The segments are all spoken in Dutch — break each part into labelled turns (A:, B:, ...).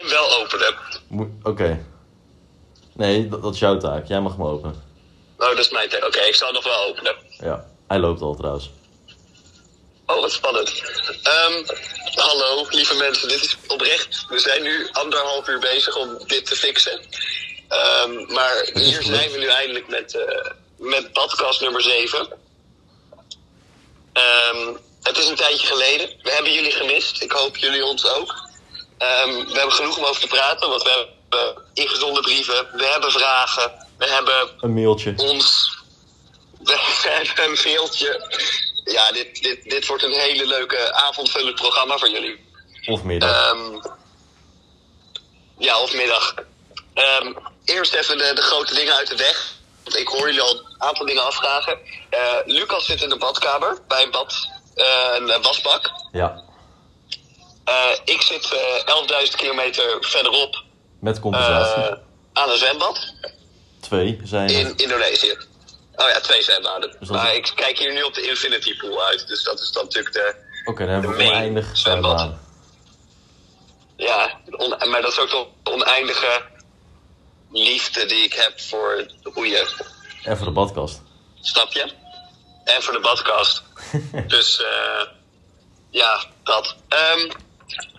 A: wel openen.
B: Moet- Oké. Nee, dat, dat is jouw taak. Jij mag hem openen.
A: Oh, dat is mijn taak. Oké, ik zal nog wel openen.
B: Ja. Hij loopt al trouwens.
A: Oh, wat spannend. Ehm, hallo, lieve mensen. Dit is oprecht. We zijn nu anderhalf uur bezig om dit te fixen. Ehm, maar hier
B: gelukt.
A: zijn we nu eindelijk met, eh met podcast nummer 7. Ehm, het is een tijdje geleden. We hebben jullie gemist. Ik hoop jullie ons ook. Ehm, we hebben genoeg om over te praten, want we hebben ingezonde brieven. We hebben vragen. We hebben
B: Een mailtje.
A: ons. We hebben een veeltje. Ja, dit, dit, dit wordt een hele leuke avondvullend programma voor jullie.
B: Of middag.
A: Ehm, ja, of middag. Ehm, eerst even de, de grote dingen uit de weg. Want ik hoor jullie al een aantal dingen afvragen. Eh, Lucas zit in de badkamer bij een bad, eh, een wasbak.
B: Ja.
A: Eh, ik zit eh, 11.000 kilometer verderop
B: Met
A: eh,
B: compensatie.
A: aan een zwembad.
B: Twee zijn
A: In
B: het.
A: Indonesië. Oh ja, twee zwembaden.
B: Dus dat-
A: maar ik kijk hier nu op de Infinity Pool uit. Dus dat is dan natuurlijk de.
B: Oké, dan hebben we
A: de main
B: oneindig
A: zwembad.
B: zwembad.
A: Ja, de one- maar dat is ook de oneindige liefde die ik heb voor hoe je.
B: En voor de badkast.
A: Snap je? En voor de badkast. dus eh, ja, dat. Ehm,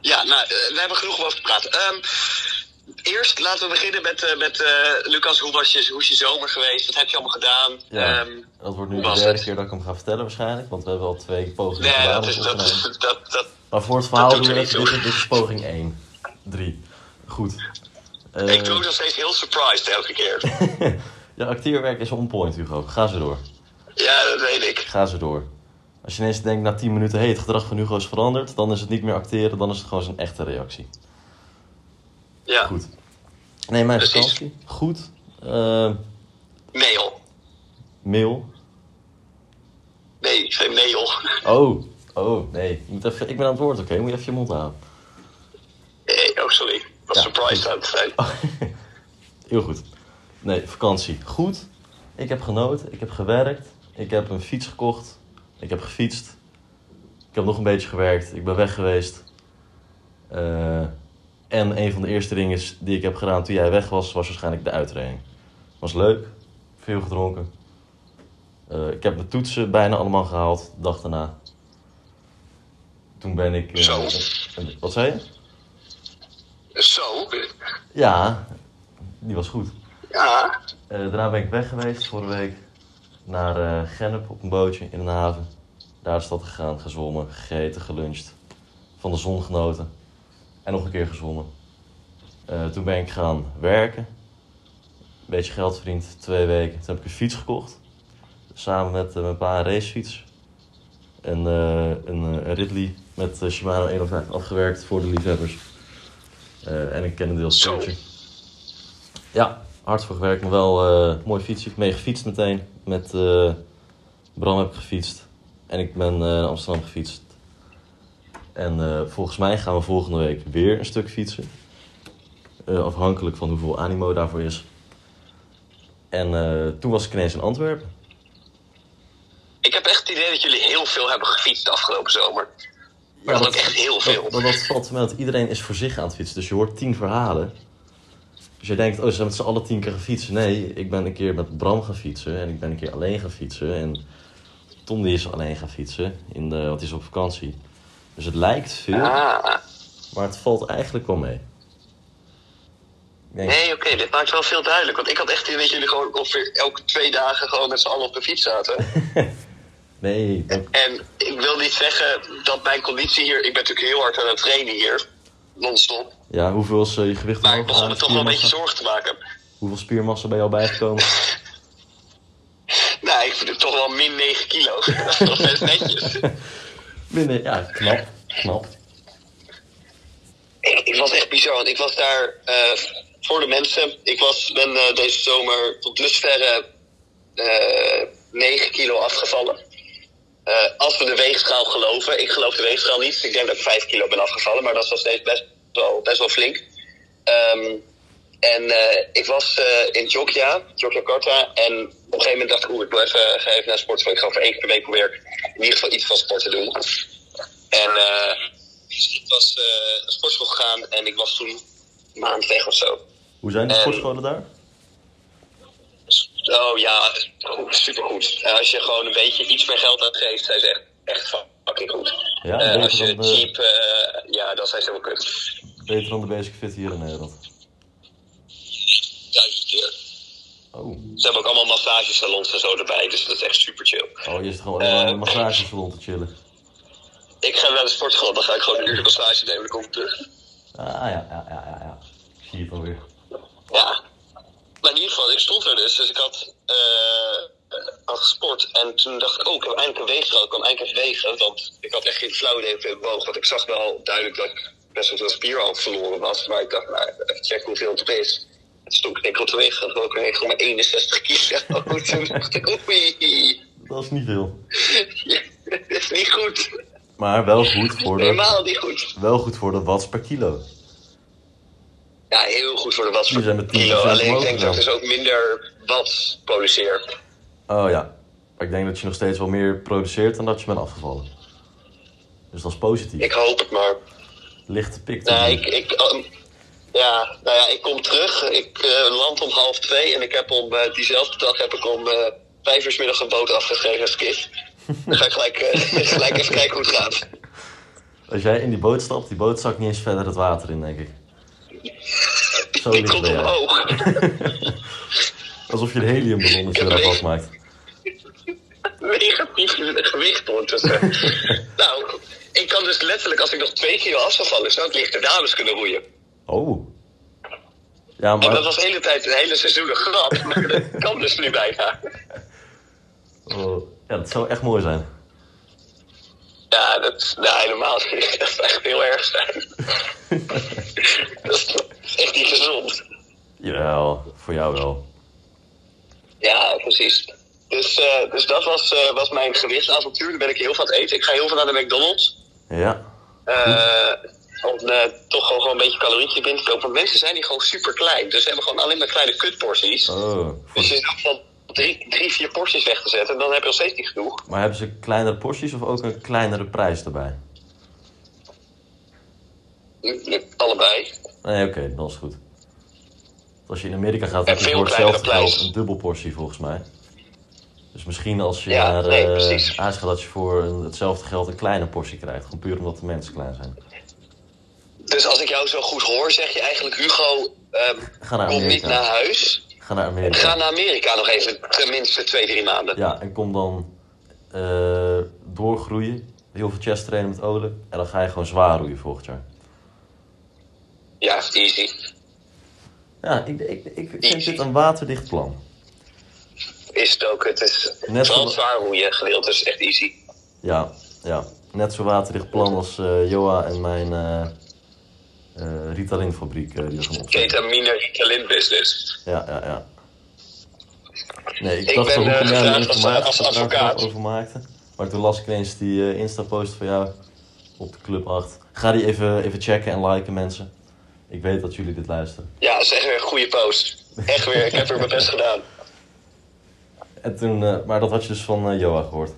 A: ja, nou, eh, we hebben genoeg om over te praten. Ehm, eerst laten we beginnen met, eh, met eh, Lucas. Hoe, was je, hoe is je zomer geweest? Wat heb je allemaal gedaan?
B: Ja,
A: Ehm,
B: dat wordt nu
A: hoe
B: de
A: was
B: derde
A: het?
B: keer dat ik hem ga vertellen waarschijnlijk. Want we hebben al twee pogingen
A: nee,
B: gedaan.
A: dat
B: om
A: is,
B: op
A: dat,
B: te
A: is,
B: nemen.
A: dat, dat,
B: Maar voor het verhaal
A: doet
B: doen
A: er
B: we even
A: niet toe.
B: dit. Dit is poging 1. 3. Goed. Eh,
A: Ik doe ook nog steeds heel surprised elke keer.
B: je Eh, acteerwerk is on point, Hugo. Ga zo door.
A: ja, dat weet ik.
B: Ga zo door. Als je ineens denkt na 10 minuten, hé, hey, het gedrag van Hugo is veranderd, dan is het niet meer acteren, dan is het gewoon zijn echte reactie.
A: Ja.
B: Goed. Nee, mijn
A: Precies.
B: vakantie. Goed. Eh,
A: Mail.
B: mail.
A: Nee, ik zei mail.
B: Oh, oh, nee. Je moet even, ik ben aan het woord, oké? Moet je even je mond houden.
A: Nee, oh, sorry. Ik was
B: Ja.
A: surprised aan het zijn.
B: Heel goed. Nee, vakantie. Goed. Ik heb genoten. Ik heb gewerkt. Ik heb een fiets gekocht. Ik heb gefietst. Ik heb nog een beetje gewerkt. Ik ben weg geweest. Eh, en een van de eerste dingen is- die ik heb gedaan toen jij weg was, was waarschijnlijk de uitreding. Was leuk. Veel gedronken. Eh, ik heb mijn toetsen bijna allemaal gehaald, de dag daarna. Toen ben ik... eh,
A: Zo.
B: een- wat zei je?
A: Zo.
B: Ja, die was goed.
A: Ja.
B: Eh, daarna ben ik weg geweest vorige week naar eh, Gennep op een bootje in een haven. Daar is dat gegaan, gezwommen, gegeten, geluncht. Van de zon genoten. En nog een keer gezwommen. Eh, toen ben ik gaan werken. Een beetje geld verdiend, twee weken. Toen heb ik een fiets gekocht. Samen met eh, mijn pa een racefiets. En eh, een eh, Ridley met eh, Shimano 105 afgewerkt voor de liefhebbers. Eh, en een Cannondale's
A: Zo.
B: coachje. Ja, hard voor gewerkt, maar wel eh mooi fietsje. Ik heb mee gefietst meteen. Met eh, Bram heb ik gefietst. En ik ben eh, naar Amsterdam gefietst. En eh, volgens mij gaan we volgende week weer een stuk fietsen. Eh, afhankelijk van hoeveel animo daarvoor is. En eh, toen was ik ineens in Antwerpen.
A: Ik heb echt het idee dat jullie heel veel hebben gefietst de afgelopen zomer. Maar dat, ook echt heel veel.
B: Dat, dat, dat valt me, want iedereen is voor zich aan het fietsen. Dus je hoort tien verhalen. Dus je denkt, oh, ze zijn met z'n allen tien keer gaan fietsen. Nee, ik ben een keer met Bram gaan fietsen. En ik ben een keer alleen gaan fietsen. En Tom die is alleen gaan fietsen. In de, want die is op vakantie. Dus het lijkt veel,
A: Ah.
B: maar het valt eigenlijk wel mee. Ik denk,
A: Nee, oké, dit maakt wel veel duidelijk. Want ik had echt het idee dat jullie gewoon ongeveer elke twee dagen gewoon met z'n allen op de fiets zaten.
B: nee, dat-
A: En ik wil niet zeggen dat mijn conditie hier. Ik ben natuurlijk heel hard aan het trainen hier. Non-stop.
B: ja, hoeveel is eh, je gewicht
A: Maar ik
B: omhoog
A: begon
B: gegaan?
A: me toch wel een beetje
B: Spiermassa?
A: zorgen te maken.
B: Hoeveel spiermassa ben je al bijgekomen?
A: Nou, ik vind het toch wel min 9 kilo. Dat is nog best netjes.
B: Binnen, ja, knap. Knap.
A: Ik, ik was echt bizar, want ik was daar eh, voor de mensen. Ik was, ben eh, deze zomer tot dusverre eh 9 kilo afgevallen. Eh, als we de weegschaal geloven. Ik geloof de weegschaal niet. dus Ik denk dat ik 5 kilo ben afgevallen, maar dat is nog steeds best wel, best wel flink. Ehm, en eh, ik was eh, in Jogja, Jogjakarta. En op een gegeven moment dacht ik, oeh, ik wil even, ga even naar sport. Ik ga voor één keer per week proberen in ieder geval iets van sport te doen. En eh, dus ik was eh naar sportschool gegaan en ik was toen maand weg of zo.
B: Hoe zijn de
A: En-
B: sportscholen daar?
A: Oh ja, goed, supergoed. Eh, als je gewoon een beetje iets meer geld uitgeeft, zijn ze echt, echt fucking goed.
B: Ja,
A: Eh,
B: beter
A: als je
B: dan de-
A: cheap, eh, ja, dan zijn ze helemaal kut.
B: Beter dan de Basic Fit hier in Nederland.
A: Duizend keer.
B: Oh,
A: Ze hebben ook allemaal massagesalons en zo erbij, dus dat is echt super chill.
B: oh je zit gewoon alleen maar in
A: Eh,
B: een massagesalon te chillen.
A: Ik ga naar de sportschool, dan ga ik gewoon een uur de massage nemen, dan kom ik terug.
B: Ah ja, ja, ja, ja. ja. Ik zie het alweer.
A: Ja. Maar in ieder geval, ik stond er dus. Dus ik had, eh, had gesport. En toen dacht ik, oh, ik heb eindelijk een weegschaal. Ik kan eindelijk even wegen. Want ik had echt geen flauw idee hoeveel ik woog. Want ik zag wel duidelijk dat ik best wel veel spier al verloren was. Maar ik dacht, nou, even checken hoeveel het er is. En toen stond ik denk ik op de weegschaal. woog ik echt maar 61 kilo. toen dacht ik, oei.
B: Dat is niet veel.
A: Ja, dat is niet goed.
B: Maar wel goed voor de,
A: Helemaal niet goed.
B: wel goed voor de watts per kilo.
A: Ja, heel goed voor de watts
B: Die zijn
A: per
B: met 10%
A: kilo. Alleen ik
B: omhoog
A: denk dat ik
B: gegaan.
A: dus ook minder watts produceer.
B: Oh ja. Maar ik denk dat je nog steeds wel meer produceert dan dat je bent afgevallen. Dus dat is positief.
A: Ik hoop het maar.
B: Lichte pik.
A: Nou, ik, ik, ehm, ja, nou ja, ik kom terug. Ik eh, land om half twee en ik heb om eh, diezelfde dag heb ik om eh vijf uur 's middag een boot afgeschreven als kist. Dan ga ik gelijk, eh, gelijk even kijken hoe het gaat.
B: Als jij in die boot stapt, die boot zakt niet eens verder het water in, denk ik. Zo
A: ik
B: licht
A: kom
B: ben jij.
A: omhoog.
B: Alsof je de heliumballonnetje
A: Ik heb
B: eraf
A: echt-
B: afmaakt.
A: Negatief gewicht ondertussen. nou, ik kan dus letterlijk, als ik nog twee kilo af zou vallen, zou ik lichte dames kunnen roeien.
B: Oh. Ja,
A: En dat
B: maar...
A: was de hele tijd, het hele seizoen een grap. Maar dat kan dus nu bijna.
B: oh, Ja, dat zou echt mooi zijn.
A: Ja, dat, nou, helemaal niet. Dat zou echt heel erg zijn. dat is echt niet gezond.
B: Jawel, voor jou wel.
A: Ja, precies. Dus, eh, dus dat was, eh, was mijn gewichtsavontuur. Dan ben ik heel veel aan het eten. Ik ga heel veel naar de McDonald's.
B: Ja.
A: Eh, om eh, toch gewoon, gewoon een beetje calorieën binnen te kopen. Want mensen zijn die gewoon super klein. Dus ze hebben gewoon alleen maar kleine kutporties.
B: Oh.
A: Dus je is van drie, drie, vier porties weg te zetten. Dan heb je nog steeds niet genoeg.
B: Maar hebben ze kleinere porties of ook een kleinere prijs erbij?
A: Allebei.
B: Nee, oké, dat is goed. Als je in Amerika gaat, heb je
A: veel
B: voor
A: kleinere
B: hetzelfde geld
A: prijs.
B: een dubbelportie volgens mij. Dus misschien als je
A: Ja,
B: naar
A: nee,
B: eh,
A: precies.
B: Azië gaat, dat je voor een- hetzelfde geld een kleine portie krijgt. Gewoon puur omdat de mensen klein zijn.
A: Dus als ik jou zo goed hoor, zeg je eigenlijk Hugo, ehm,
B: Ga naar
A: kom niet
B: Amerika.
A: naar huis.
B: Ga naar Amerika.
A: Ga naar Amerika nog even, tenminste twee, drie maanden.
B: Ja, en kom dan eh, doorgroeien. Heel veel chest trainen met Olen. En dan ga je gewoon zwaar roeien volgend jaar.
A: Ja, easy.
B: Ja, ik, ik, ik vind dit een waterdicht plan.
A: Is het ook. Het is
B: Net
A: vooral
B: zo-
A: zwaar hoe je gedeeld is, echt easy.
B: Ja, ja. Net zo waterdicht plan als eh, Joa en mijn eh eh Ritalin fabriek eh, die we gaan opzetten.
A: Ketamine talent business.
B: Ja, ja, ja. Nee, ik,
A: Ik
B: dacht
A: ben,
B: wel
A: eh,
B: hoe kom jij
A: gevraagd
B: er
A: als-
B: informatie
A: als
B: dat ik daar
A: advocaat.
B: graag over maakte. Maar toen las ik ineens die eh, Insta-post van jou op de Club 8. Ga die even, even checken en liken, mensen. Ik weet dat jullie dit luisteren.
A: Ja, dat is echt weer een goede post. Echt weer, ik heb weer mijn best gedaan.
B: En toen, eh, maar dat had je dus van eh, Joa gehoord.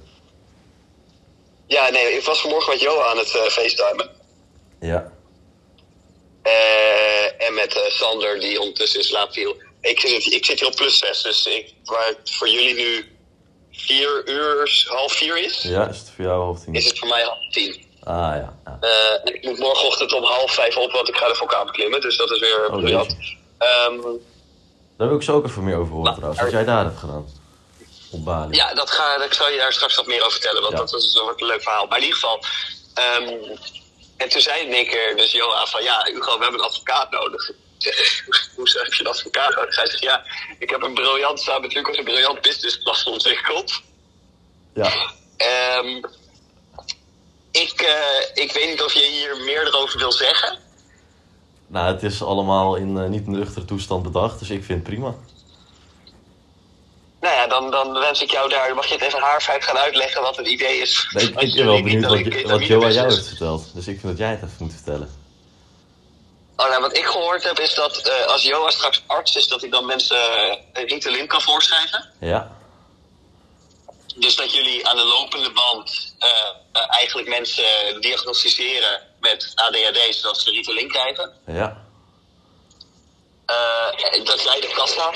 A: Ja, nee, ik was vanmorgen met Johan aan het eh facetimen.
B: Ja.
A: Eh, en met eh, Sander, die ondertussen in slaap viel. Ik zit, ik zit hier op plus 6, dus ik, waar het voor jullie nu vier uur, half vier is,
B: Ja, is het voor jou half tien?
A: is het voor mij half tien.
B: Ah ja. ja.
A: Eh, en ik moet morgenochtend om half vijf op, want ik ga de vulkaan beklimmen. Dus dat is weer
B: Oh,
A: briljant.
B: jeetje.
A: Ehm,
B: Daar wil ik zo ook even meer over horen trouwens. Wat jij daar hebt gedaan. Op Bali.
A: ja, dat ga, ik zal je daar straks wat meer over vertellen, want
B: Ja.
A: dat is een leuk verhaal. Maar in ieder geval... ehm, en toen zei in één keer dus Joa van... Ja, Hugo, we hebben een advocaat nodig. Ik zeg, Hoezo heb je een advocaat nodig? Hij zegt, ja, ik heb een briljant... samen met Hugo een briljant businessplan ontwikkeld.
B: Ja.
A: Ehm, ik, eh, ik weet niet of je hier meer over wil zeggen.
B: Nou, het is allemaal in eh, niet een nuchtere toestand bedacht, dus ik vind het prima.
A: Nou ja, dan, dan wens ik jou daar. Dan mag je het even haarfijn gaan uitleggen wat het idee is.
B: Nee, ik,
A: Als
B: ik ben
A: jullie
B: wel
A: niet
B: benieuwd
A: naar
B: wat,
A: die
B: je- wat
A: ketamine
B: Jo aan jou
A: business-
B: heeft verteld. Dus ik vind dat jij het even moet vertellen.
A: Oh, nou, wat ik gehoord heb is dat eh, als Joa straks arts is, dat hij dan mensen eh, Ritalin kan voorschrijven.
B: Ja?
A: Dus dat jullie aan de lopende band eh, eh, eigenlijk mensen diagnosticeren met ADHD, zodat ze Ritalin krijgen.
B: Ja.
A: Eh, dat jij de kassa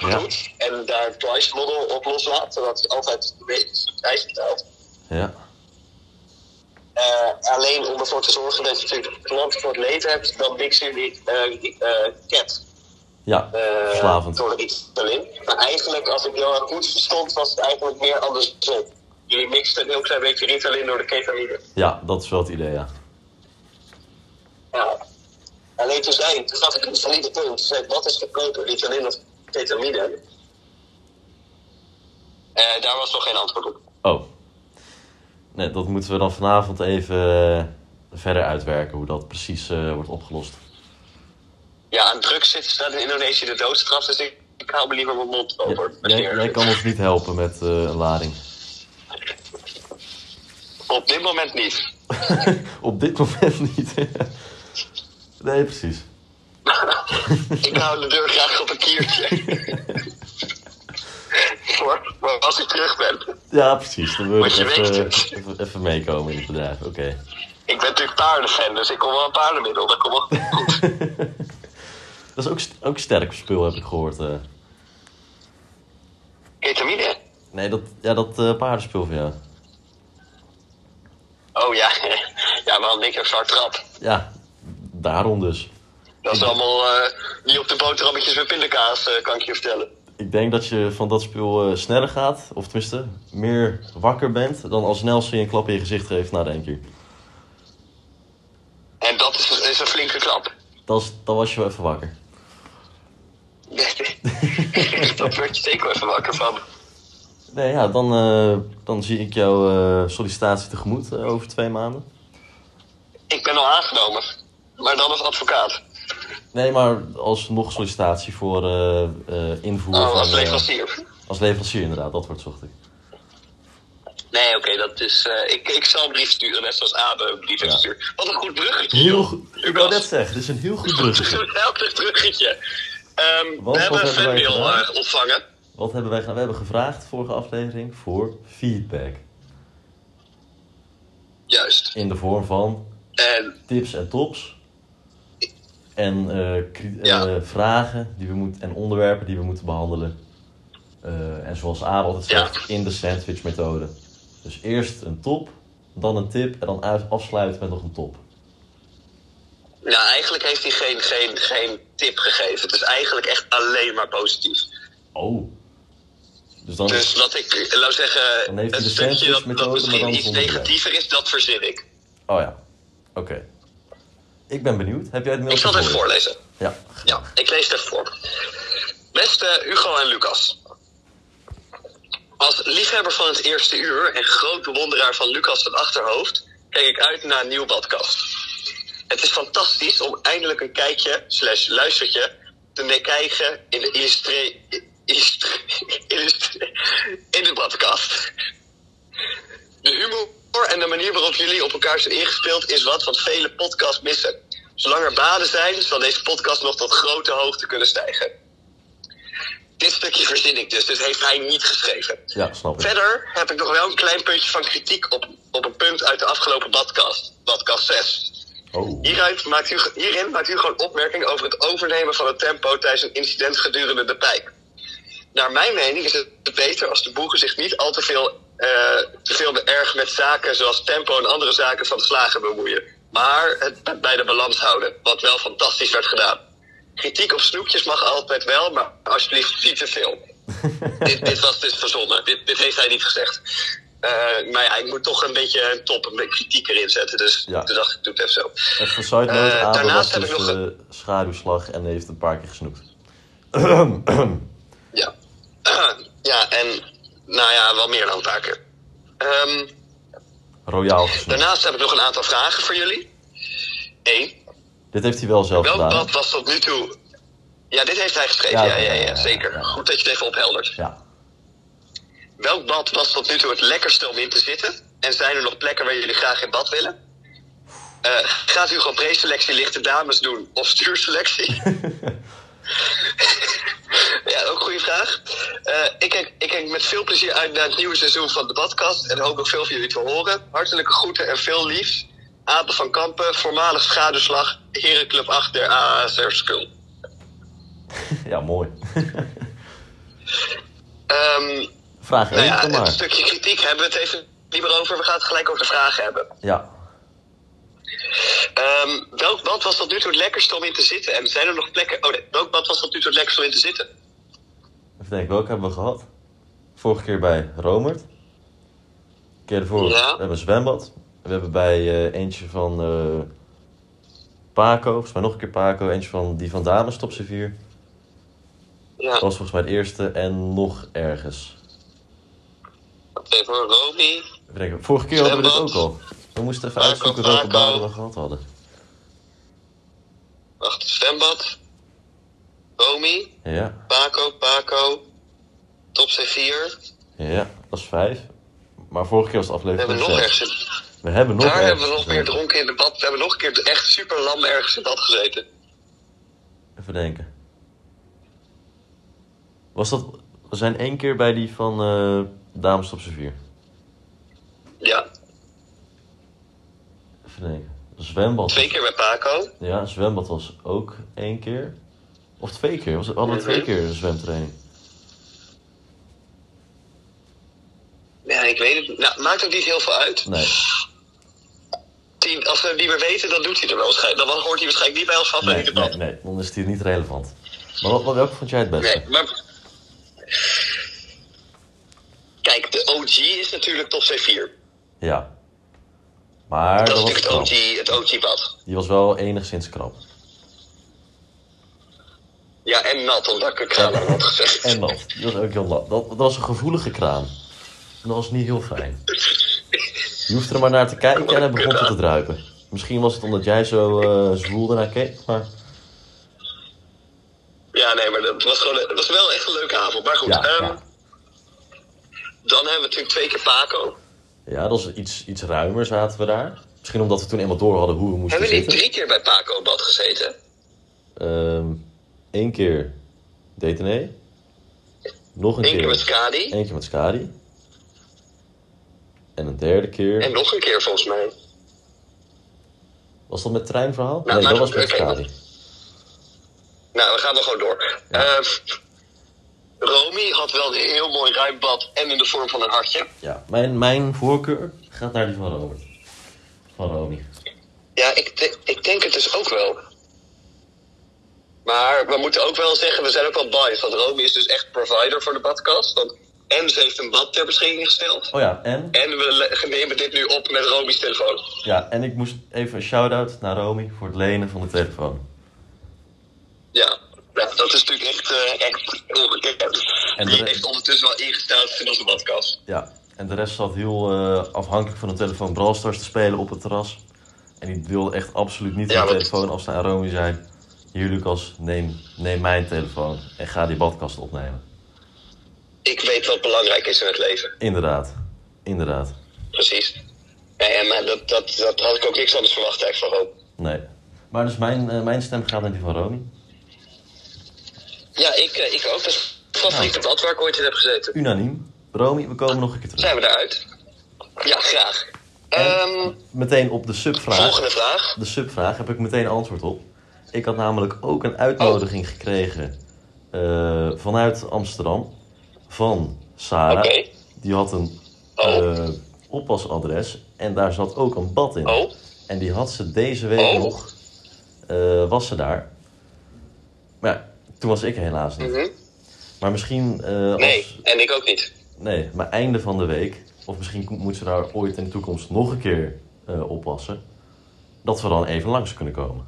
B: Ja.
A: doet en daar het price model op loslaat, zodat je altijd de meeste prijs betaalt.
B: Ja.
A: Eh, alleen om ervoor te zorgen dat je natuurlijk klanten voor het leven hebt, dan mixen jullie eh eh, cat
B: Ja,
A: eh,
B: verslavend.
A: door de instelling. Maar eigenlijk, als ik heel erg goed verstond, was het eigenlijk meer andersom. Jullie mixten een heel klein beetje Ritalin door de ketamine.
B: Ja, dat is wel het idee, ja.
A: Ja. Alleen toen zei ik, toen gaf ik een valide punt. Toen zei ik, wat is goedkoper, Ritalin of ketamine? Eh, daar was nog geen antwoord op.
B: Oh. Nee, dat moeten we dan vanavond even eh, verder uitwerken, hoe dat precies eh, wordt opgelost.
A: Ja, aan drugs zit staat in Indonesië de doodstraf, dus ik, ik hou me liever mijn mond over.
B: Jij, jij kan ons niet helpen met eh, een lading.
A: Op dit moment niet.
B: Op dit moment niet. nee, precies.
A: Ik hou de deur graag op een kiertje. Voor voor als ik terug ben.
B: Ja, precies. Dan wil ik
A: Want je
B: even,
A: weet het.
B: even, even meekomen in het bedrijf. Oké.
A: Ik ben natuurlijk paardenfan, dus ik kom wel een paardenmiddel. Dat komt wel goed.
B: Dat is ook, st- ook sterk spul, heb ik gehoord. eh.
A: Ketamine?
B: Nee, dat, ja, dat eh paardenspul van jou.
A: Oh ja, ja maar ik heb zwart trap.
B: Ja, daarom dus.
A: Dat is allemaal eh, niet op de boterhammetjes met pindakaas, eh, kan ik je vertellen.
B: Ik denk dat je van dat spul eh, sneller gaat, of tenminste meer wakker bent, dan als Nelson je een klap in je gezicht geeft na één keer.
A: En dat is, is een flinke klap.
B: Dat is- Dan was je wel even wakker.
A: dat word je zeker wel even wakker van.
B: Nee, ja, dan, eh, dan zie ik jouw eh, sollicitatie tegemoet eh, over twee maanden.
A: Ik ben al aangenomen, maar dan als advocaat.
B: Nee, maar als nog sollicitatie voor eh, eh, invoer
A: Oh, als
B: van, eh,
A: leverancier.
B: als leverancier inderdaad, dat wordt zocht ik.
A: Nee, oké, dat is. eh, ik, ik zal een brief sturen, net zoals Abe een brief heeft
B: Ja.
A: gestuurd. Wat een goed bruggetje.
B: Heel
A: joh.
B: goed. Ik
A: Lucas.
B: wou net zeggen, dit is een heel goed bruggetje.
A: Geweldig bruggetje. Ehm,
B: Wat-
A: we hebben
B: wat
A: een
B: hebben wij
A: fanmail
B: gedaan?
A: eh, ontvangen.
B: Wat hebben wij gedaan? We hebben gevraagd vorige aflevering voor feedback.
A: Juist.
B: In de vorm van
A: En
B: tips en tops. En eh, cri-
A: Ja.
B: eh, vragen die we moeten en onderwerpen die we moeten behandelen. Eh, en zoals Aad altijd zegt, in de sandwich methode. Dus eerst een top, dan een tip en dan uit- afsluiten met nog een top.
A: nou, eigenlijk heeft hij geen, geen, geen tip gegeven. Het is eigenlijk echt alleen maar positief.
B: Oh. Dus dan
A: Dus wat ik eh, laat zeggen,
B: Dan heeft hij
A: een
B: de
A: stukje dat,
B: sandwichmethode,
A: dat
B: maar
A: misschien
B: dan
A: iets
B: zonder werk.
A: negatiever is, dat verzin ik.
B: Oh ja, oké. Ik ben benieuwd. Heb jij het mail
A: Ik zal het even
B: gevonden?
A: voorlezen.
B: Ja.
A: Ja, ik lees het even voor. Beste Hugo en Lucas. Als liefhebber van het eerste uur en groot bewonderaar van Lucas het Achterhoofd, kijk ik uit naar een nieuw badkast. Het is fantastisch om eindelijk een kijkje, slash luistertje, te krijgen in de illustre... illustre- illustre- in de badkast. De humor en de manier waarop jullie op elkaar zijn ingespeeld is wat wat vele podcasts missen. Zolang er baden zijn, zal deze podcast nog tot grote hoogte kunnen stijgen. Dit stukje verzin ik dus, dit heeft hij niet geschreven.
B: Ja, snap ik.
A: Verder heb ik nog wel een klein puntje van kritiek op, op een punt uit de afgelopen badcast, badcast 6.
B: Oh.
A: Hieruit maakt u, hierin maakt u gewoon opmerking over het overnemen van het tempo tijdens een incident gedurende de pijp. Naar mijn mening is het beter als de boegen zich niet al te veel, eh, te veel erg met zaken zoals tempo en andere zaken van slagen bemoeien. Maar het bij de balans houden, wat wel fantastisch werd gedaan. Kritiek op snoepjes mag altijd wel, maar alsjeblieft niet te veel dit, dit was dus verzonnen. Dit, dit heeft hij niet gezegd. Eh, maar ja, ik moet toch een beetje een top, een beetje kritiek erin zetten. Dus
B: Ja.
A: toen dacht ik, doe het even zo.
B: Even side note,
A: Eh,
B: Abel
A: daarnaast
B: was
A: heb ik
B: dus
A: nog
B: eh, schaduwslag en heeft een paar keer gesnoept.
A: Ja. ja, en nou ja, wel meer dan een paar keer. Ehm,
B: Royaal gesnoept.
A: daarnaast heb ik nog een aantal vragen voor jullie. Eén,
B: Dit heeft hij wel zelf
A: welk
B: gedaan.
A: bad was tot nu toe... Ja, dit heeft hij geschreven.
B: Ja,
A: Ja, ja, ja,
B: ja, ja,
A: zeker.
B: ja.
A: Goed dat je het even opheldert.
B: Ja.
A: Welk bad was tot nu toe het lekkerste om in te zitten? En zijn er nog plekken waar jullie graag in bad willen? Eh, gaat u gewoon preselectie lichte dames doen of stuurselectie? ja, ook een goede vraag. Eh, ik, kijk, ik kijk met veel plezier uit naar het nieuwe seizoen van de podcast en hoop nog veel van jullie te horen. Hartelijke groeten en veel liefs. Apen van Kampen, voormalig schaduwslag, Herenclub 8 der ASR Skul.
B: Ja, mooi.
A: Ehm,
B: Vraag
A: nou
B: 1
A: ja,
B: dan
A: het
B: maar.
A: stukje kritiek hebben we het even niet meer over. We gaan het gelijk over de vragen hebben.
B: Ja.
A: Ehm, welk bad was tot nu toe het lekkerste om in te zitten? En zijn er nog plekken... Oh nee, welk bad was tot nu toe het lekkerste om in te zitten?
B: Even denken, welke hebben we gehad? Vorige keer bij Romert. Een keer ervoor
A: Ja.
B: we hebben een zwembad. We hebben bij eh, eentje van eh, Paco, volgens mij nog een keer Paco. Eentje van die van Dames, top 4.
A: Ja,
B: Dat was volgens mij het eerste en nog ergens.
A: even voor Romy.
B: Even denken, vorige keer hadden we dit ook
A: Zwembad.
B: al. We moesten even
A: Paco,
B: uitzoeken welke
A: Paco.
B: baden we gehad hadden.
A: Wacht, zwembad. Romy.
B: Ja,
A: Paco, Paco. Top C4.
B: ja, dat is vijf. Maar vorige keer was
A: We
B: het aflevering
A: hebben nog
B: zes.
A: ergens in.
B: We hebben nog
A: Daar
B: ergens
A: hebben we nog meer
B: gezeten.
A: dronken in de bad. We hebben nog een keer echt super lam ergens in bad gezeten.
B: Even denken. Was dat... We zijn één keer bij die van eh Dames op z'n vier.
A: Ja,
B: Even denken. Zwembad.
A: twee keer bij Paco.
B: Ja, zwembad was ook één keer. Of twee keer. Was het, hadden we
A: Mhm.
B: twee keer een zwemtraining?
A: Ja, ik weet het niet. Nou, maakt ook niet heel veel uit.
B: Nee.
A: Die- als we hem niet meer weten, dan doet hij er wel waarschijnlijk. Dan hoort hij waarschijnlijk niet bij ons af in
B: Nee,
A: de
B: nee,
A: bad.
B: nee. Dan is die niet relevant. Maar wat, wat- welke vond jij het beste?
A: Nee, maar... Kijk, de OG is natuurlijk top C4.
B: Ja. Maar
A: Dat
B: dat
A: is
B: was
A: natuurlijk het
B: knap.
A: OG, het OG-bad.
B: Die was wel enigszins knap.
A: Ja, en nat, omdat ik een kraan aan had gezegd.
B: En dat. Die was ook heel nat. Dat, dat was een gevoelige kraan. En dat was niet heel fijn. Je hoeft er maar naar te kijken en hij begon tot te druipen. Misschien was het omdat jij zo eh zwoel ernaar keek, maar...
A: Ja, nee, maar dat was gewoon... Het was wel echt een leuke avond. Maar goed,
B: Ja,
A: ehm,
B: ja.
A: dan hebben we natuurlijk twee keer Paco.
B: ja dat was iets, iets ruimer zaten we daar. Misschien omdat we toen eenmaal door hadden hoe we moesten
A: Hebben we niet
B: zitten.
A: drie keer bij Paco op bad gezeten?
B: Eén keer DTNE. Nog een
A: Eén keer
B: keer,
A: met Skadi.
B: Eén keer met Skadi. En een derde keer...
A: En nog een keer volgens mij.
B: Was dat met treinverhaal?
A: Nou,
B: nee,
A: maar
B: dat was met
A: oké,
B: Skadi.
A: Nou, we gaan er gewoon door. Eh, Romy had wel een heel mooi ruim bad en in de vorm van een hartje.
B: Ja, mijn, mijn voorkeur gaat naar die van Robert. Van Romy.
A: Ja, ik, de- ik denk het dus ook wel. Maar we moeten ook wel zeggen, we zijn ook wel biased. Want Romy is dus echt provider voor de badkast. Want en ze heeft een bad ter beschikking gesteld.
B: Oh ja, en?
A: En we le- nemen dit nu op met Romy's telefoon.
B: Ja, en ik moest even een shout-out naar Romy voor het lenen van de telefoon.
A: Ja, nou, dat is natuurlijk echt... eh echt ongekend.
B: En
A: Die
B: de-
A: heeft ondertussen wel ingesteld in onze badkast.
B: Ja, en de rest zat heel eh, afhankelijk van de telefoon Brawl Stars te spelen op het terras. En die wilde echt absoluut niet
A: Ja,
B: van de
A: want-
B: telefoon afstaan. En Romy zei, hier Lucas, neem, neem mijn telefoon en ga die badkast opnemen.
A: Ik weet wat belangrijk is in het leven.
B: Inderdaad, inderdaad.
A: Precies. Nee, en maar dat, dat, dat had ik ook niks anders verwacht eigenlijk van Rob.
B: Nee. Maar dus mijn, eh, mijn stem gaat naar die van Romy.
A: Ja, ik, eh, ik ook. Dat is
B: Nou.
A: het favoriete bad waar ik ooit in heb gezeten.
B: Unaniem. Romy, we komen nog een keer terug.
A: Zijn we eruit? Ja, graag.
B: En
A: Ehm,
B: meteen op de subvraag.
A: volgende vraag.
B: De subvraag heb ik meteen antwoord op. Ik had namelijk ook een uitnodiging
A: Oh.
B: gekregen eh, vanuit Amsterdam van Sarah.
A: Oké.
B: Die had een
A: Oh.
B: eh, oppasadres en daar zat ook een bad in.
A: Oh.
B: En die had ze deze week
A: Oh.
B: nog, eh, was ze daar. Maar ja, toen was ik er helaas niet.
A: Mhm.
B: Maar misschien eh, als,
A: Nee, en ik ook niet.
B: Nee, maar einde van de week. Of misschien ko- moet ze daar ooit in de toekomst nog een keer eh, oppassen. Dat we dan even langs kunnen komen.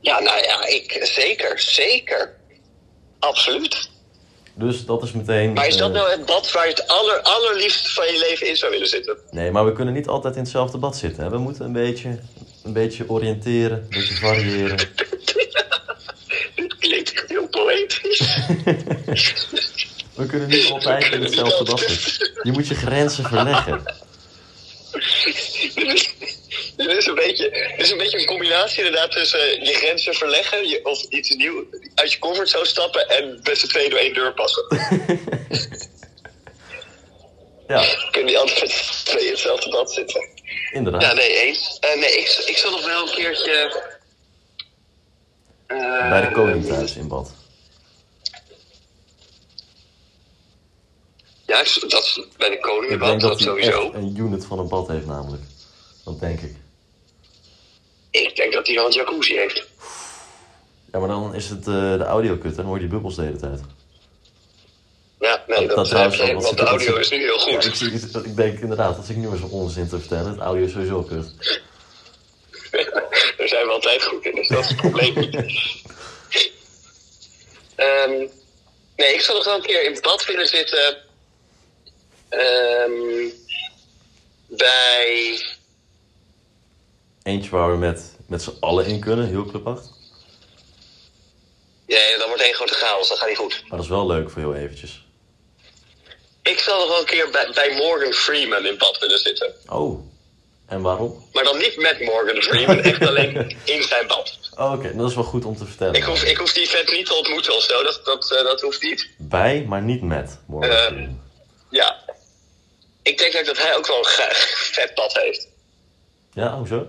A: Ja, nou ja, ik zeker, zeker. Absoluut.
B: Dus dat is meteen.
A: Maar is dat
B: eh,
A: nou het bad waar je het aller, allerliefst van je leven in zou willen zitten?
B: Nee, maar we kunnen niet altijd in hetzelfde bad zitten. Hè? We moeten een beetje, een beetje oriënteren, een beetje variëren.
A: Dit klinkt heel poëtisch.
B: We kunnen niet altijd in hetzelfde bad zitten. Je moet je grenzen verleggen.
A: Dit is- dit is, een beetje, dit is een beetje een combinatie inderdaad tussen eh, je grenzen verleggen, je, of iets nieuw uit je comfortzone stappen en best z'n tweeën door één deur passen.
B: Ja,
A: Kunnen die anderen met z'n tweeën in hetzelfde bad zitten? Ja,
B: inderdaad.
A: nee, eens. Eh, nee, ik, ik zal nog wel een keertje. eh,
B: Bij de koning thuis in bad.
A: Ja, ik- dat is bij de koning in
B: Ik
A: bad,
B: denk
A: dat
B: dat hij
A: sowieso.
B: echt een unit van een bad heeft namelijk. Dat denk ik.
A: Ik denk dat hij wel een jacuzzi heeft.
B: Ja, maar dan is het eh, de audiocut, dan hoor je die bubbels de hele tijd.
A: Ja, nee, dat,
B: Dat
A: heb
B: trouwens
A: je,
B: wel,
A: want de
B: dat-
A: audio is nu heel
B: Ja,
A: goed.
B: ik, zie- ik denk inderdaad, als ik nu eens onzin te vertellen, het audio is sowieso kut.
A: Daar zijn we altijd goed in, dus dat is het probleem niet. Ehm, nee, ik zou nog wel een keer in bad willen zitten. Ehm, bij.
B: Eentje waar we met, met z'n allen in kunnen, heel clubacht.
A: Ja, ja, dat wordt één grote chaos, dat gaat niet goed.
B: Maar dat is wel leuk voor heel eventjes.
A: Ik zou nog wel een keer bij, bij Morgan Freeman in bad willen zitten.
B: Oh, en waarom?
A: Maar dan niet met Morgan Freeman, echt alleen in zijn bad.
B: Oh, Oké, dat is wel goed om te vertellen.
A: Ik hoef, ik hoef die vet niet te ontmoeten of zo, dat, dat, eh, dat hoeft niet.
B: Bij, maar niet met Morgan
A: Eh.
B: Freeman.
A: Ja. Ik denk ook dat hij ook wel een ge- vet pad heeft.
B: Ja, oh, hoezo?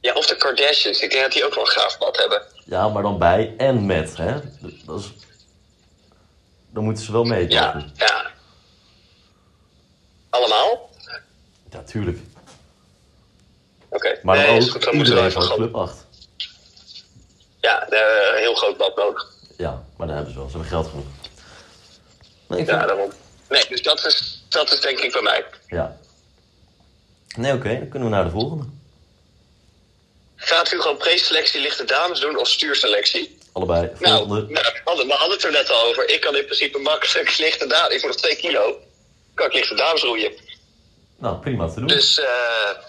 A: Ja, of de Kardashians. Ik denk dat die ook wel een gaaf pad hebben.
B: Ja, maar dan bij en met, hè? Dat is... Dan moeten ze wel mee.
A: Ja,
B: toch?
A: ja. Allemaal?
B: Ja, tuurlijk.
A: Oké.
B: Maar
A: nee,
B: dan
A: is
B: ook
A: goed, dan moeten we
B: iedereen
A: even
B: van
A: een groot...
B: Club 8.
A: Ja, eh, een heel groot pad nodig.
B: Ja, maar daar hebben ze wel. Ze hebben geld genoeg. Nee, ik vind-
A: Ja, daarom. Nee, dus dat is, dat is denk ik bij mij.
B: ja. Nee, oké. dan kunnen we naar de volgende.
A: Gaat u gewoon preselectie lichte dames doen of stuurselectie?
B: Allebei.
A: Nou,
B: Volgende.
A: nou, we hadden- we hadden het er net al over. Ik kan in principe makkelijk lichte dames... Ik word nog 2 kilo. Kan ik lichte dames roeien.
B: Nou, prima te doen.
A: Dus, eh,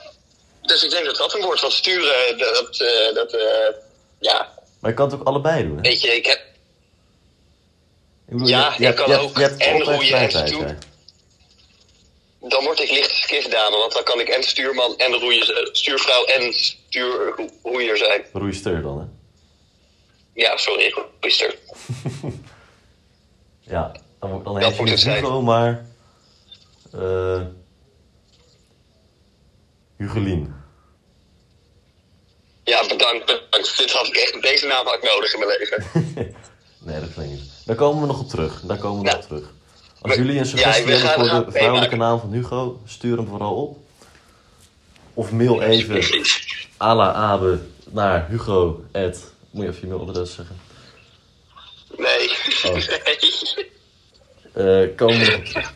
A: dus ik denk dat dat een wordt van sturen. Dat, eh, dat eh, ja,
B: Maar je kan het ook allebei doen, hè?
A: weet je, ik heb.
B: Ik bedoel,
A: Ja, ik kan
B: hebt-
A: ook
B: hebt
A: en
B: altijd
A: roeien en
B: vrijheid,
A: doen.
B: hè.
A: Dan word ik lichte skifdame, want dan kan ik en stuurman en roeier, eh, stuurvrouw en stuurroeier zijn.
B: Roeister dan, hè?
A: Ja, sorry, roeister.
B: Ja, dan, wordt- dan
A: Dat
B: heet je
A: moet
B: niet
A: het zijn.
B: Hugo, maar... eh Hugelien.
A: Ja, bedankt, bedankt. Dit had ik echt, deze naam had ik nodig in mijn leven.
B: nee, dat klinkt niet. Daar komen we nog op terug. Daar komen we
A: Nou,
B: nog op terug. Als
A: we-
B: jullie een
A: ja,
B: suggestie
A: ik wil
B: hebben
A: graag
B: voor
A: een
B: de
A: AP
B: vrouwelijke
A: maken.
B: naam van Hugo, stuur hem vooral op. Of mail even
A: Precies.
B: à la Abe naar Hugo. at- moet je even je mailadres zeggen.
A: Nee.
B: Oh.
A: nee.
B: Eh komen we nog op terug.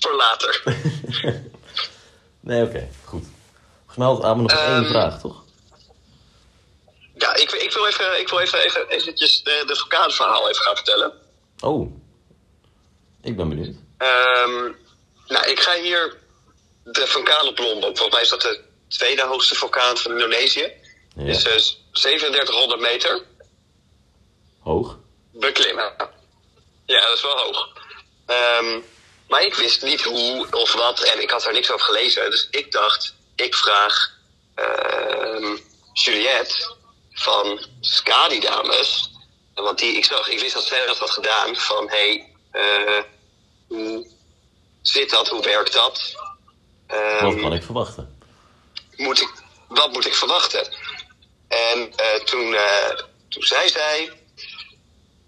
A: Voor later.
B: Nee, oké, goed. Volgens mij had Abe nog één
A: Ehm,
B: vraag, toch?
A: Ja, ik, ik wil even, ik wil even, even eventjes de, de vulkaanverhaal even gaan vertellen.
B: Oh, ik ben benieuwd.
A: Ehm, nou, ik ga hier de vulkaan op Londen. Volgens mij is dat de tweede hoogste vulkaan van Indonesië.
B: Ja,
A: Is dus 3700 meter
B: Hoog.
A: beklimmen. Ja, dat is wel hoog. Ehm, maar ik wist niet hoe of wat en ik had daar niks over gelezen. Dus ik dacht, ik vraag ehm Juliette van Skadi Dames. Want die, ik, zag, ik wist dat zij dat had gedaan. Van hey, eh, hoe zit dat? Hoe werkt dat? Ehm,
B: Wat kan ik verwachten?
A: moet ik, wat moet ik verwachten? En eh, toen, eh, toen zei zij,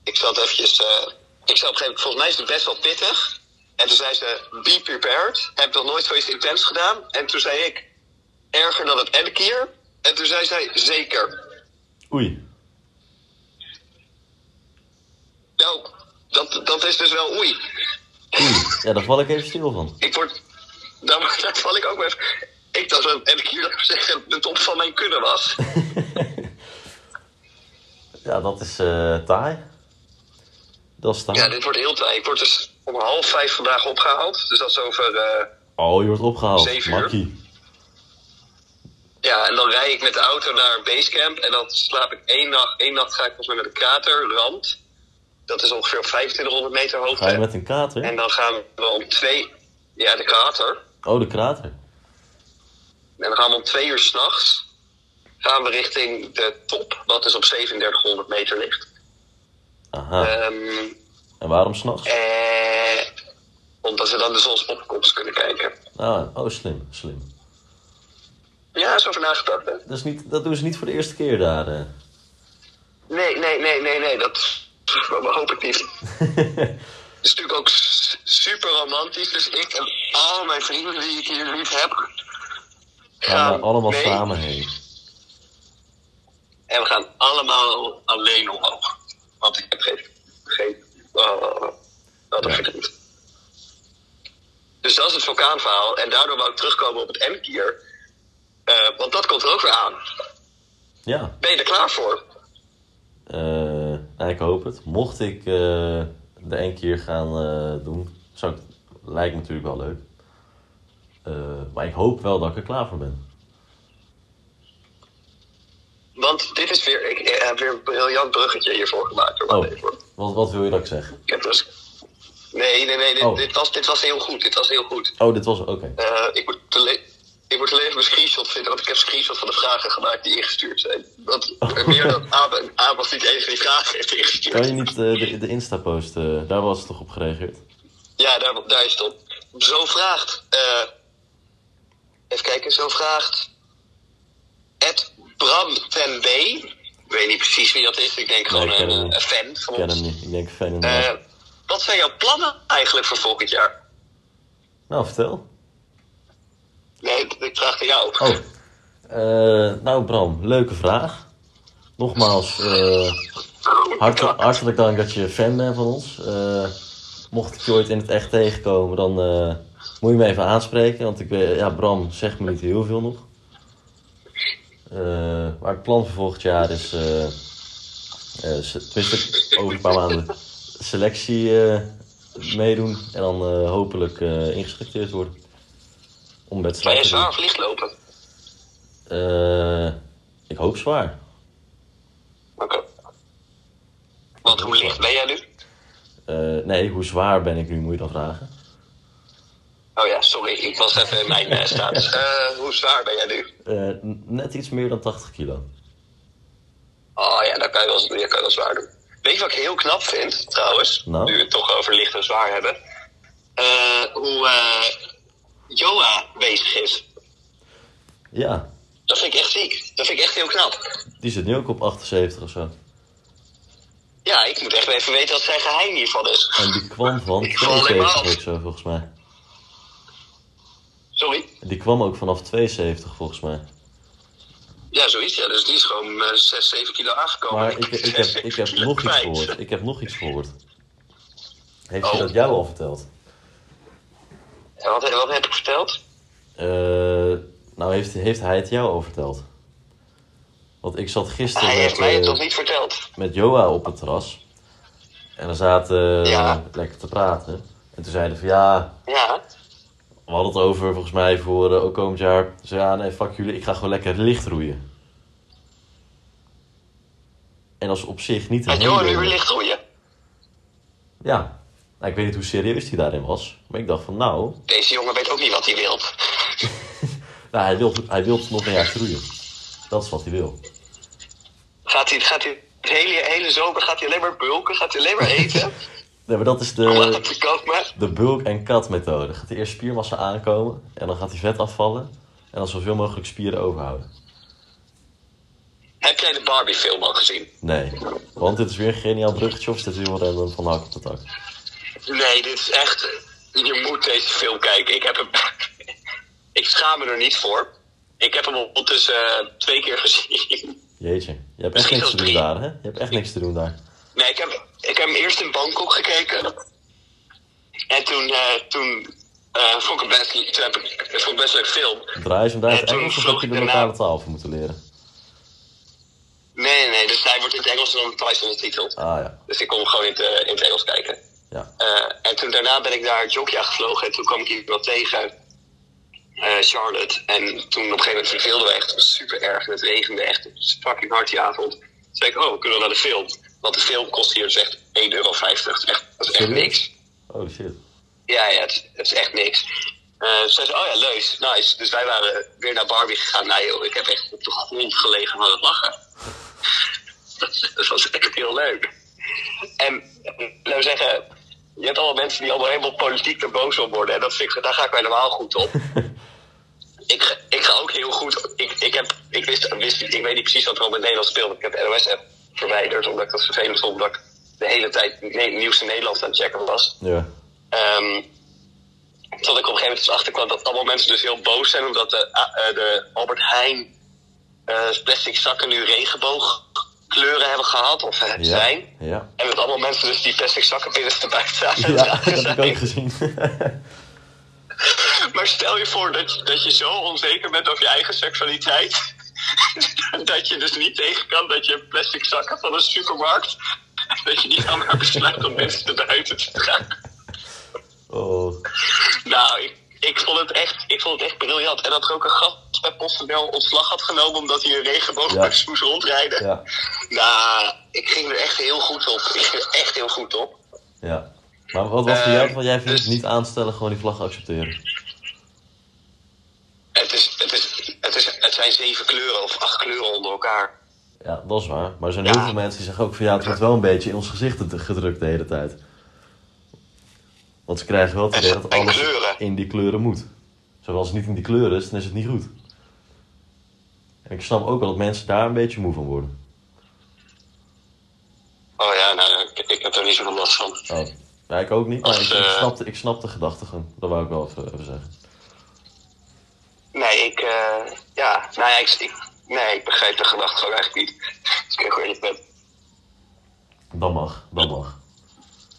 A: ik zat eventjes, eh, ik zat op een gegeven moment, volgens mij is het best wel pittig. En toen zei ze, be prepared, heb nog nooit zoiets intens gedaan. En toen zei ik, erger dan het elke keer. En toen zei zij, zeker.
B: Oei.
A: Nou, dat, dat is dus wel oei.
B: Oei. Ja, daar val ik even stil van.
A: Ik word, daar, daar val ik ook weer. Ik dacht dat elke keer zeggen de top van mijn kunnen was.
B: Ja, dat is eh taai. Dat is taai.
A: Ja, dit wordt heel taai. Ik word dus om half vijf vandaag opgehaald. Dus dat is over. eh,
B: Oh, je wordt opgehaald.
A: Zeven uur.
B: Makkie.
A: ja, en dan rij ik met de auto naar basecamp. En dan slaap ik één nacht. Eén nacht ga ik volgens mij met een kraterrand. Dat is ongeveer op 2500 meter
B: Ga je
A: hoogte.
B: met een kater?
A: En dan gaan we om twee. Ja, de krater.
B: Oh, de krater.
A: En dan gaan we om twee uur s'nachts. Gaan we richting de top, wat dus op 3700 meter ligt.
B: Aha.
A: Ehm,
B: En waarom s'nachts?
A: eh, omdat we dan de zonsopkomst kunnen kijken.
B: Ah, oh, slim, slim.
A: Ja, zo over nagedacht. hè?
B: Dat, is niet, dat doen ze niet voor de eerste keer daar. eh.
A: Nee, nee, nee, nee, nee. Dat hoop ik niet.
B: eh.
A: Het is natuurlijk ook s- super romantisch. Dus ik en al mijn vrienden die ik hier lief heb.
B: Gaan we allemaal
A: mee.
B: samen heen.
A: En we gaan allemaal alleen omhoog. Want ik heb geen. geen oh, wat een
B: Ja.
A: verdriet. Dus dat is het vulkaanverhaal. En daardoor wou ik terugkomen op het M-kier. Eh, want dat komt er ook weer aan.
B: Ja.
A: Ben je er klaar voor?
B: Eh, nou, ik hoop het. Mocht ik eh, de één keer gaan eh, doen, zou ik, lijkt me natuurlijk wel leuk. Eh, maar ik hoop wel dat ik er klaar voor ben.
A: Want dit is weer. Ik heb weer een briljant bruggetje hiervoor gemaakt. Hoor.
B: Oh,
A: Wacht even, hoor.
B: wat, wat wil je dat ik zeg?
A: Ik heb dus... Nee, nee, nee. Dit,
B: Oh.
A: dit, was, dit was heel goed. Dit was heel goed.
B: Oh, dit was oké.
A: Eh, ik, moet alleen, ik moet alleen even mijn screenshot vinden, want ik heb screenshot van de vragen gemaakt die ingestuurd zijn. Want er meer dan Abe, en Abe was niet de enige die vragen heeft
B: Kan je
A: ingestuurd.
B: niet eh, de, de Insta posten? Daar was het toch op gereageerd?
A: Ja, daar, daar is het op. Zo vraagt. eh, even kijken, zo vraagt. Ed Bram ten B. Ik weet niet precies wie dat is, ik denk gewoon
B: ik ken
A: een,
B: hem niet.
A: een fan van
B: Ik ken
A: ons.
B: hem niet. Ik denk fan in
A: Eh, wat zijn jouw plannen eigenlijk voor volgend jaar?
B: Nou, vertel.
A: Nee, ik vraag aan jou.
B: Oh. Eh, nou, Bram, leuke vraag. Nogmaals, eh, hartelijk, hartelijk dank dat je fan bent van ons. Eh, mocht ik je ooit in het echt tegenkomen, dan eh, moet je me even aanspreken. Want ik, weet- ja, Bram zegt me niet heel veel nog. Eh, maar het plan voor volgend jaar is... eh eh, se- tenminste, over een paar maanden selectie eh, meedoen. En dan eh, hopelijk eh, ingeselecteerd worden.
A: Ga
B: Om
A: je
B: wedstrijden te doen.
A: zwaar of licht lopen?
B: Eh, ik hoop zwaar.
A: Oké. Want hoe licht ben jij nu?
B: Eh, nee, hoe zwaar ben ik nu, moet je dan vragen.
A: Oh ja, sorry, ik was even in mijn eh, status. Eh, hoe zwaar ben jij nu?
B: Eh, n- net iets meer dan 80 kilo.
A: Oh ja, dat kan je wel, dat kan je wel zwaar doen. Weet je wat ik heel knap vind, trouwens?
B: Nou?
A: Nu we het toch over licht en zwaar hebben. Eh, hoe eh Joa bezig is.
B: Ja,
A: Dat vind ik echt ziek. Dat vind ik echt heel knap.
B: die zit nu ook op 78 of zo.
A: Ja, ik moet echt even weten wat zijn geheim hiervan is.
B: En die kwam van
A: Ik val helemaal
B: 72
A: af.
B: of zo, volgens mij.
A: Sorry?
B: Die kwam ook vanaf 72, volgens mij.
A: Ja, zoiets. Ja. Dus die is gewoon eh 6, 7 kilo aangekomen.
B: Maar ik, ik, heb, ik heb nog iets gehoord. Ik heb nog iets gehoord. Heeft
A: Oh.
B: hij dat jou al verteld?
A: En wat, wat heb ik verteld?
B: Eh, nou, heeft, heeft hij het jou al verteld? Want ik zat gisteren...
A: Hij
B: met,
A: heeft mij het
B: eh,
A: nog niet verteld.
B: met Joa op het terras. En we zaten eh,
A: Ja.
B: lekker te praten. En toen zeiden we van ja,
A: Ja.
B: we hadden het over volgens mij voor eh, ook komend jaar. Ze zeiden, ja, nee, fuck jullie, ik ga gewoon lekker licht roeien. En dat is op zich niet eh, een
A: Met Johan nu
B: hele-
A: weer licht groeien.
B: Ja. Nou, ik weet niet hoe serieus hij daarin was. Maar ik dacht van nou,
A: Deze jongen weet ook niet wat hij wil.
B: nou hij, wil, hij wil nog een jaar groeien. Dat is wat hij wil.
A: Gaat hij, gaat hij het hele, hele zomer gaat hij alleen maar bulken? Gaat hij alleen maar eten?
B: Nee, maar dat
A: Laat
B: is de,
A: hem komen.
B: de bulk- en cut methode. Gaat hij eerst spiermassa aankomen en dan gaat hij vet afvallen. En dan zoveel mogelijk spieren overhouden.
A: Heb jij de Barbie film al gezien?
B: Nee, want dit is weer een geniaal bruggetje of is dit weer wat random van hak op de tak?
A: Nee, dit is echt... Je moet deze film kijken. Ik heb hem... ik schaam me er niet voor. Ik heb hem ondertussen eh, twee keer gezien.
B: Jeetje, je hebt echt
A: Misschien
B: niks te
A: wel drie.
B: doen daar, hè? Je hebt echt niks te doen daar.
A: Nee, ik heb, ik heb hem eerst in Bangkok gekeken. En toen, eh, toen eh, vond ik hem best, toen heb ik, ik vond het best een leuk film.
B: Draai je hem daar in het
A: Ja, toen
B: Engels of
A: vloog
B: heb je
A: ik
B: de
A: daarna-
B: lokale taal voor moeten leren?
A: Nee, nee, nee. Dus hij wordt in het Engels en dan Thais ondertiteld.
B: Ah ja,
A: Dus ik kon hem gewoon in het, eh, in het Engels kijken.
B: ja.
A: Eh, en toen daarna ben ik naar Jokja gevlogen en toen kwam ik iemand tegen. eh, Charlotte. En toen op een gegeven moment verveelde we echt. Het was super erg. en Het regende echt. Het was fucking hard die avond. Toen zei ik, oh, we kunnen naar de film. Want de film kost hier dus echt 1,50 euro. Dat is echt, dat is echt
B: Serieus?
A: niks.
B: Holy Oh, shit.
A: Ja, ja, het, is- het is echt niks. Eh, toen zei ze, oh ja, leuk, nice. Dus wij waren weer naar Barbie gegaan. Nou joh, ik heb echt op de grond gelegen van het lachen. dat, dat was echt heel leuk. En eh, laten we zeggen, je hebt allemaal mensen die allemaal helemaal politiek er boos om worden. En dat vind ik, daar ga ik mij normaal goed op. ik, ga- ik ga ook heel goed, ik, heb, ik, wist, wist, niet- ik weet niet precies wat er al met Nederland speelde. Ik heb de NOS-app verwijderd, omdat ik dat vervelend vond. Omdat ik de hele tijd ne- nieuws in Nederland aan het checken was.
B: Ja.
A: Ehm tot ik op een gegeven moment dus achterkwam dat allemaal mensen dus heel boos zijn. Omdat de, eh, de Albert Heijn eh, plastic zakken nu regenboogkleuren hebben gehad. Of eh,
B: Ja.
A: zijn.
B: Ja.
A: En met allemaal mensen dus die plastic zakken binnen te buiten aan het
B: Ja,
A: dragen
B: dat heb
A: zijn.
B: ik ook gezien.
A: Maar stel je voor dat, dat je zo onzeker bent over je eigen seksualiteit. dat je dus niet tegen kan dat je plastic zakken van een supermarkt. dat je niet aan maar besluit om mensen te buiten te dragen.
B: Oh.
A: Nou, ik, ik, vond het echt, ik vond het echt briljant. En dat er ook een gast bij PostNL ontslag had genomen. omdat hij een regenboogbuis moest rondrijden.
B: Ja.
A: Nou, ik ging er echt heel goed op. Ik ging er echt heel goed op.
B: Ja. Maar wat was voor jou?
A: Eh,
B: Want jij vindt het
A: dus-
B: niet aanstellen, gewoon die vlag accepteren.
A: Het, is, het, is, het, is, het zijn zeven kleuren of acht kleuren onder elkaar.
B: Ja, dat is waar. Maar er zijn
A: Ja.
B: heel veel mensen die zeggen ook van ja, het wordt wel een beetje in ons gezicht ged- gedrukt de hele tijd. Want ze krijgen wel het
A: En-
B: idee dat
A: en
B: alles
A: kleuren.
B: in die kleuren moet. Zowel als het niet in die kleuren is, dan is het niet goed. En ik snap ook wel dat mensen daar een beetje moe van worden.
A: Oh ja, nou, ik, ik heb er niet zoveel last van.
B: Oh. Ja, ik ook niet, maar ik,
A: Als,
B: ik,
A: eh,
B: snap de, ik snap de gedachtegang. Dat wou ik wel even, even zeggen.
A: Nee, ik, eh, ja, nou ja, ik, ik, nee, ik begrijp de gedachte ook eigenlijk niet. Als ik heel eerlijk ben.
B: Dat mag, dat mag.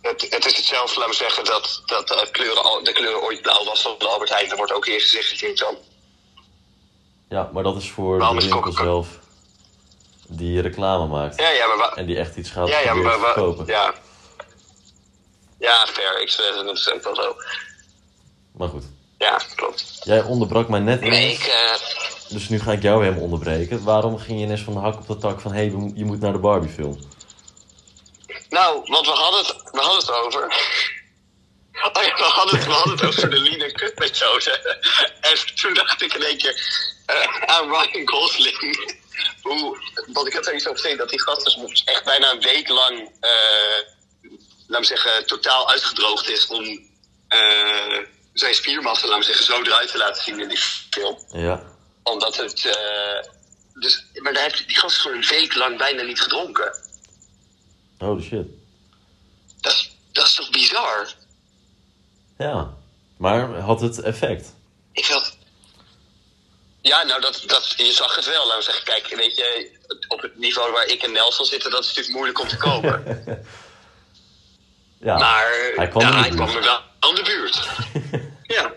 A: Het, het is hetzelfde, laat me zeggen, dat, dat de, kleuren, al- de kleur ooit blauw was van de Albert Heijn. Er wordt ook eerst gezegd dat je het dan.
B: Ja, maar dat is voor de
A: Waarom is
B: winkel
A: Coca-Cola-
B: zelf die reclame maakt.
A: Ja, ja, maar wa-
B: En die echt iets gaat
A: Ja, ja, maar
B: proberen te
A: wa-
B: verkopen.
A: Ja. ja, fair. Ik zeg dat is ook wel zo.
B: Maar goed.
A: Ja, klopt.
B: Jij onderbrak mij net
A: Nee,
B: ineens,
A: ik, eh,
B: dus nu ga ik jou helemaal onderbreken. Waarom ging je ineens van de hak op de tak van, hé, hey, we mo- je moet naar de Barbie film?
A: Nou, want we hadden het, we hadden het over. Oh ja, we hadden het, we hadden het over de Lina Kutmethode. En toen dacht ik in één keer eh, aan Ryan Gosling. Hoe, want ik had er iets over gezien, dat die gast dus echt bijna een week lang, eh laat me zeggen, totaal uitgedroogd is om eh, zijn spiermassa, laat me zeggen, zo eruit te laten zien in die film.
B: Ja,
A: Omdat het. eh, dus, maar daar heeft die gast voor een week lang bijna niet gedronken.
B: holy shit.
A: Dat is, dat is toch bizar?
B: Ja, maar had het effect?
A: Ik had... Ja, nou, dat, dat, je zag het wel. Laten we zeggen, kijk, weet je, op het niveau waar ik en Nelson zitten, dat is natuurlijk moeilijk om te komen.
B: Ja,
A: Maar
B: hij kwam
A: ja,
B: in de
A: hij
B: buurt.
A: kwam er wel aan de buurt. ja.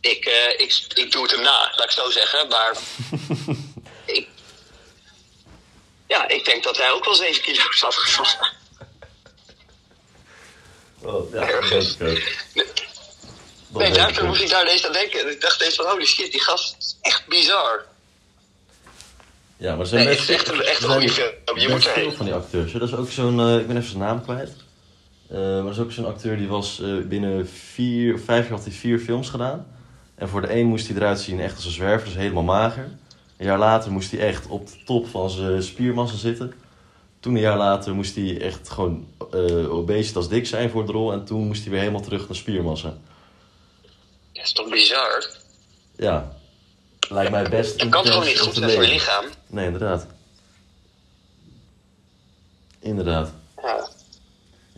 A: Ik, eh, ik, ik doe het hem na, laat ik zo zeggen. Maar ik, ja, ik denk dat hij ook wel 7 kilo is afgevallen.
B: Oh, ja,
A: Ergens.
B: dat is leuk. Dat
A: Nee,
B: weet ik
A: daarom
B: ook.
A: moest ik daar ineens aan denken. Ik dacht eens van, holy shit, die gast is echt bizar.
B: Ja, maar er zijn
A: Nee,
B: best,
A: het is echt een- echt een
B: er
A: goede
B: zijn
A: film. Je
B: best
A: moet erheen.
B: veel van die acteurs. hè. Dat is ook zo'n, eh, ik ben even zijn naam kwijt. Eh, maar dat is ook zo'n acteur die was eh, binnen vier, of vijf jaar had hij vier films gedaan. En voor de een moest hij eruit zien echt als een zwerver, dus helemaal mager. Een jaar later moest hij echt op de top van zijn spiermassa zitten. Toen een jaar later moest hij echt gewoon eh obesitas als dik zijn voor de rol. En toen moest hij weer helemaal terug naar spiermassa.
A: Dat is toch bizar?
B: Ja, lijkt mij best
A: Dat kan toch
B: intens
A: ook niet
B: om
A: goed
B: te
A: zijn voor je
B: leven.
A: lichaam?
B: Nee, inderdaad. Inderdaad.
A: Ja.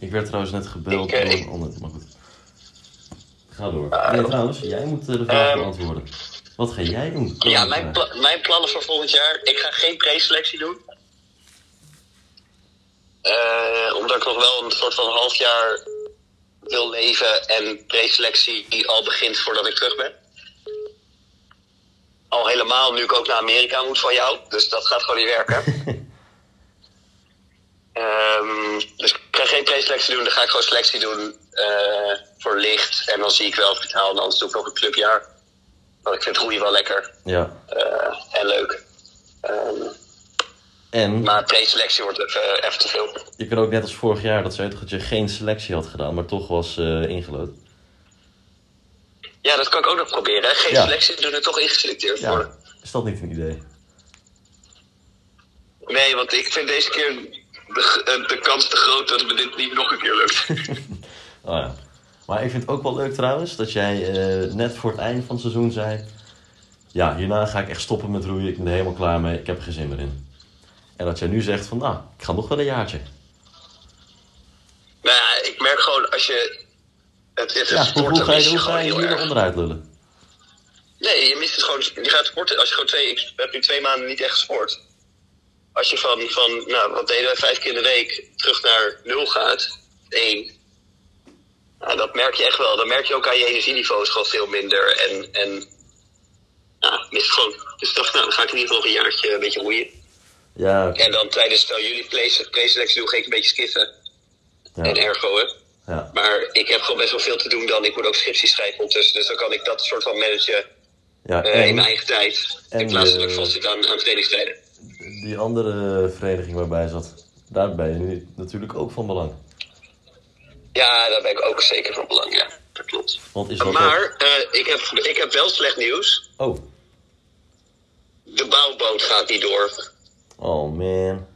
B: Ik werd trouwens net gebeld
A: Ik, eh,
B: door een
A: ik- Ah.
B: ander, maar goed. Ga door. nee, trouwens, jij moet eh, de vraag
A: Ehm,
B: beantwoorden. Wat ga jij doen?
A: Ja, mijn, pla- mijn plannen voor volgend jaar. Ik ga geen preselectie doen. Eh, omdat ik nog wel een soort van half jaar wil leven. En preselectie die al begint voordat ik terug ben. Al helemaal nu ik ook naar Amerika moet van jou. Dus dat gaat gewoon niet werken. Ehm, dus ik ga geen preselectie doen. Dan ga ik gewoon selectie doen eh, voor licht. En dan zie ik wel of ik het haal. En anders doe ik nog een clubjaar. Want ik vind het groeien wel lekker.
B: Ja.
A: Eh, en leuk. Ehm,
B: En
A: maar preselectie wordt even, even te veel.
B: je kan ook net als vorig jaar dat ze toch dat je geen selectie had gedaan, maar toch was eh ingelood.
A: Ja, dat kan ik ook nog proberen. Hè? Geen
B: Ja.
A: selectie doen er toch ingeselecteerd
B: Ja,
A: worden.
B: is dat niet een idee?
A: Nee, want ik vind deze keer de, g- eh, de kans te groot dat me dit niet nog een keer lukt.
B: Oh ja. Maar ik vind het ook wel leuk trouwens dat jij eh, net voor het eind van het seizoen zei. ja, hierna ga ik echt stoppen met roeien. Ik ben er helemaal klaar mee. Ik heb er geen zin meer in. En dat jij nu zegt van, nou, ik ga nog wel een jaartje.
A: Nou ja, ik merk gewoon als je. Het, het,
B: Ja,
A: het
B: hoe, hoe
A: sporten
B: ga je,
A: mis je
B: hoe ga
A: gewoon
B: je
A: heel
B: hier nog
A: erg.
B: onderuit lullen?
A: Nee, je mist het gewoon. Je gaat sporten. Als je gewoon twee. Ik heb nu twee maanden niet echt gesport. Als je van, van nou, wat deden wij vijf keer in de week. terug naar nul gaat. één. Nou, dat merk je echt wel. Dan merk je ook aan je energieniveau is gewoon veel minder. En. en nou, mist het gewoon. Dus ik dacht, nou, dan ga ik in ieder geval nog een jaartje een beetje roeien.
B: Ja,
A: En dan tijdens terwijl jullie play- play-selectie doen, ging ik een beetje skiffen. En
B: ja,
A: ergo, hè.
B: ja.
A: Maar ik heb gewoon best wel veel te doen dan. Ik moet ook scripties schrijven ondertussen. Dus dan kan ik dat soort van managen
B: ja
A: eh, in mijn
B: en
A: eigen tijd.
B: en eh,
A: in plaats dat
B: je-
A: ik vastzit aan, aan trainingstijden.
B: die andere vereniging waarbij je zat, daar ben je nu natuurlijk ook van belang.
A: Ja, daar ben ik ook zeker van belang. Ja, dat klopt.
B: Want is dat
A: maar eh, ik, heb, ik heb wel slecht nieuws.
B: Oh,
A: De bouwboot gaat niet door.
B: oh man.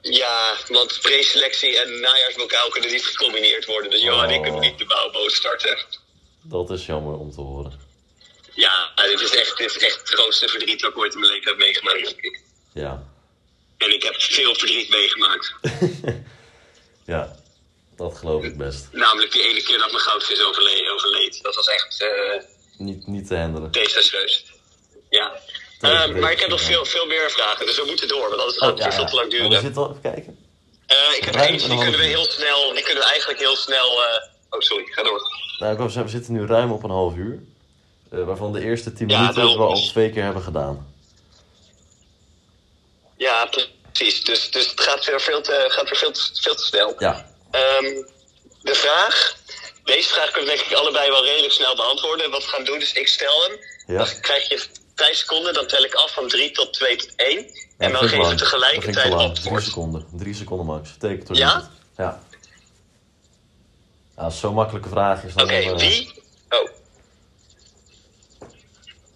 A: Ja, want preselectie en najaarsbokaal kunnen niet gecombineerd worden. Dus Johan en ik kunnen
B: Oh.
A: niet de bouwboot starten.
B: Dat is jammer om te horen.
A: Ja, dit is echt, dit is echt het grootste verdriet dat ik ooit in mijn leven heb meegemaakt.
B: Ja.
A: En ik heb veel verdriet meegemaakt.
B: Ja, dat geloof ik best.
A: Namelijk die ene keer dat mijn goudvis overleed. overleed. Dat was echt eh
B: Niet, niet te handelen.
A: desastreus. Ja.
B: Dat is
A: Eh,
B: een
A: maar ik
B: beetje
A: heb nog
B: raar.
A: veel, veel meer vragen, dus we moeten door, want anders gaat het weer veel te lang
B: Oh,
A: duren.
B: we zitten al even kijken.
A: Eh, ik heb
B: ruim
A: eentje,
B: een
A: die
B: half
A: kunnen we
B: uur.
A: heel snel, die kunnen we eigenlijk heel snel... eh, Oh, sorry, ga door.
B: Nou, ik wou zeggen, we zitten nu ruim op een half uur. eh, waarvan de eerste tien
A: Ja,
B: minuten
A: daarom.
B: we al twee keer hebben gedaan.
A: Ja, precies. Dus, dus het gaat weer veel te, gaat weer veel te, veel te snel.
B: Ja,
A: Ehm, de vraag. Deze vraag kunnen we denk ik allebei wel redelijk snel beantwoorden. En Wat we gaan doen is, ik stel hem.
B: Ja.
A: Dan krijg je 5 seconden, dan tel ik af van 3 tot 2 tot 1. en
B: dat
A: dan
B: vind
A: geven
B: ik
A: we
B: lang. Dat vind ik
A: tegelijkertijd
B: te lang. Drie
A: antwoord.
B: seconden. Drie seconden max. Teken door
A: Ja?
B: iemand. Ja. Ja, als het zo'n makkelijke vraag is, dan...
A: Oké,
B: eh,
A: wie, oh,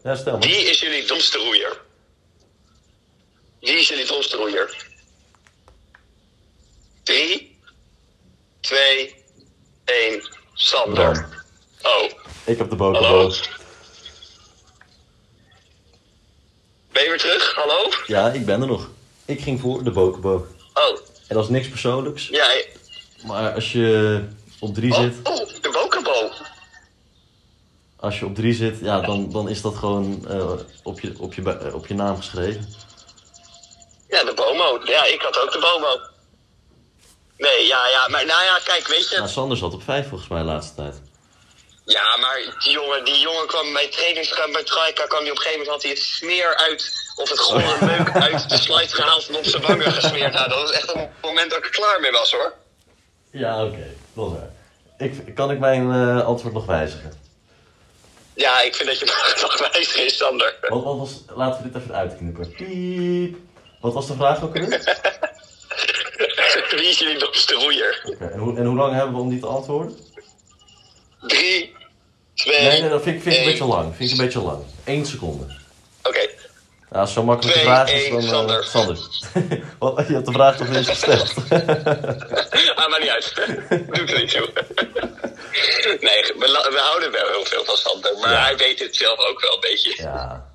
B: Ja, stel maar.
A: wie is jullie domste roeier? Wie is jullie domste roeier? 3, 2, 1,
B: Bram.
A: Sander. Oh,
B: Ik heb de boot
A: hallo?
B: geboden.
A: Ben je weer terug? Hallo?
B: Ja, ik ben er nog. Ik ging voor de bokenbo.
A: Oh,
B: En dat is niks persoonlijks.
A: ja.
B: Maar als je op drie
A: Oh,
B: zit...
A: oh, de Bokabo.
B: Als je op drie zit, ja, dan, dan is dat gewoon eh, op, je, op, je, bu- eh, op je naam geschreven.
A: Ja, de Bomo. Ja, ik had ook de Bomo. Nee, ja, ja. Maar nou ja, kijk, weet je.
B: Nou, Sander zat op vijf volgens mij de laatste tijd.
A: Ja, maar die jongen, die jongen kwam bij trainingskamp bij Trajka, kwam die op een gegeven moment had hij het smeer uit, of het gore meuk uit de slide gehaald en op zijn wangen gesmeerd. Nou, dat was echt een moment dat ik er klaar mee was hoor.
B: Ja, oké. Dat is waar. Ik, kan ik mijn eh, antwoord nog wijzigen?
A: Ja, ik vind dat je nog wijzer is, Sander.
B: Wat, wat was, laten we dit even uitknippen. Piep. Wat was de vraag ook alweer? Oké,
A: Wie is jullie domste roeier?
B: en, hoe, en hoe lang hebben we om die te antwoorden?
A: Drie, twee,
B: Nee, nee, dat vind ik, vind ik een beetje
A: één.
B: lang. Vind ik een beetje lang. Eén seconde.
A: Oké.
B: Ja, als zo'n makkelijke
A: Twee,
B: vraag is,
A: één,
B: dan... eh,
A: Sander.
B: Sander. Wat, je hebt de vraag toch eens gesteld?
A: Ah, maakt niet uit. Doe er niet toe. Nee, we, la- we houden wel heel veel van Sander, maar
B: Ja.
A: hij weet het zelf ook wel een beetje.
B: ja.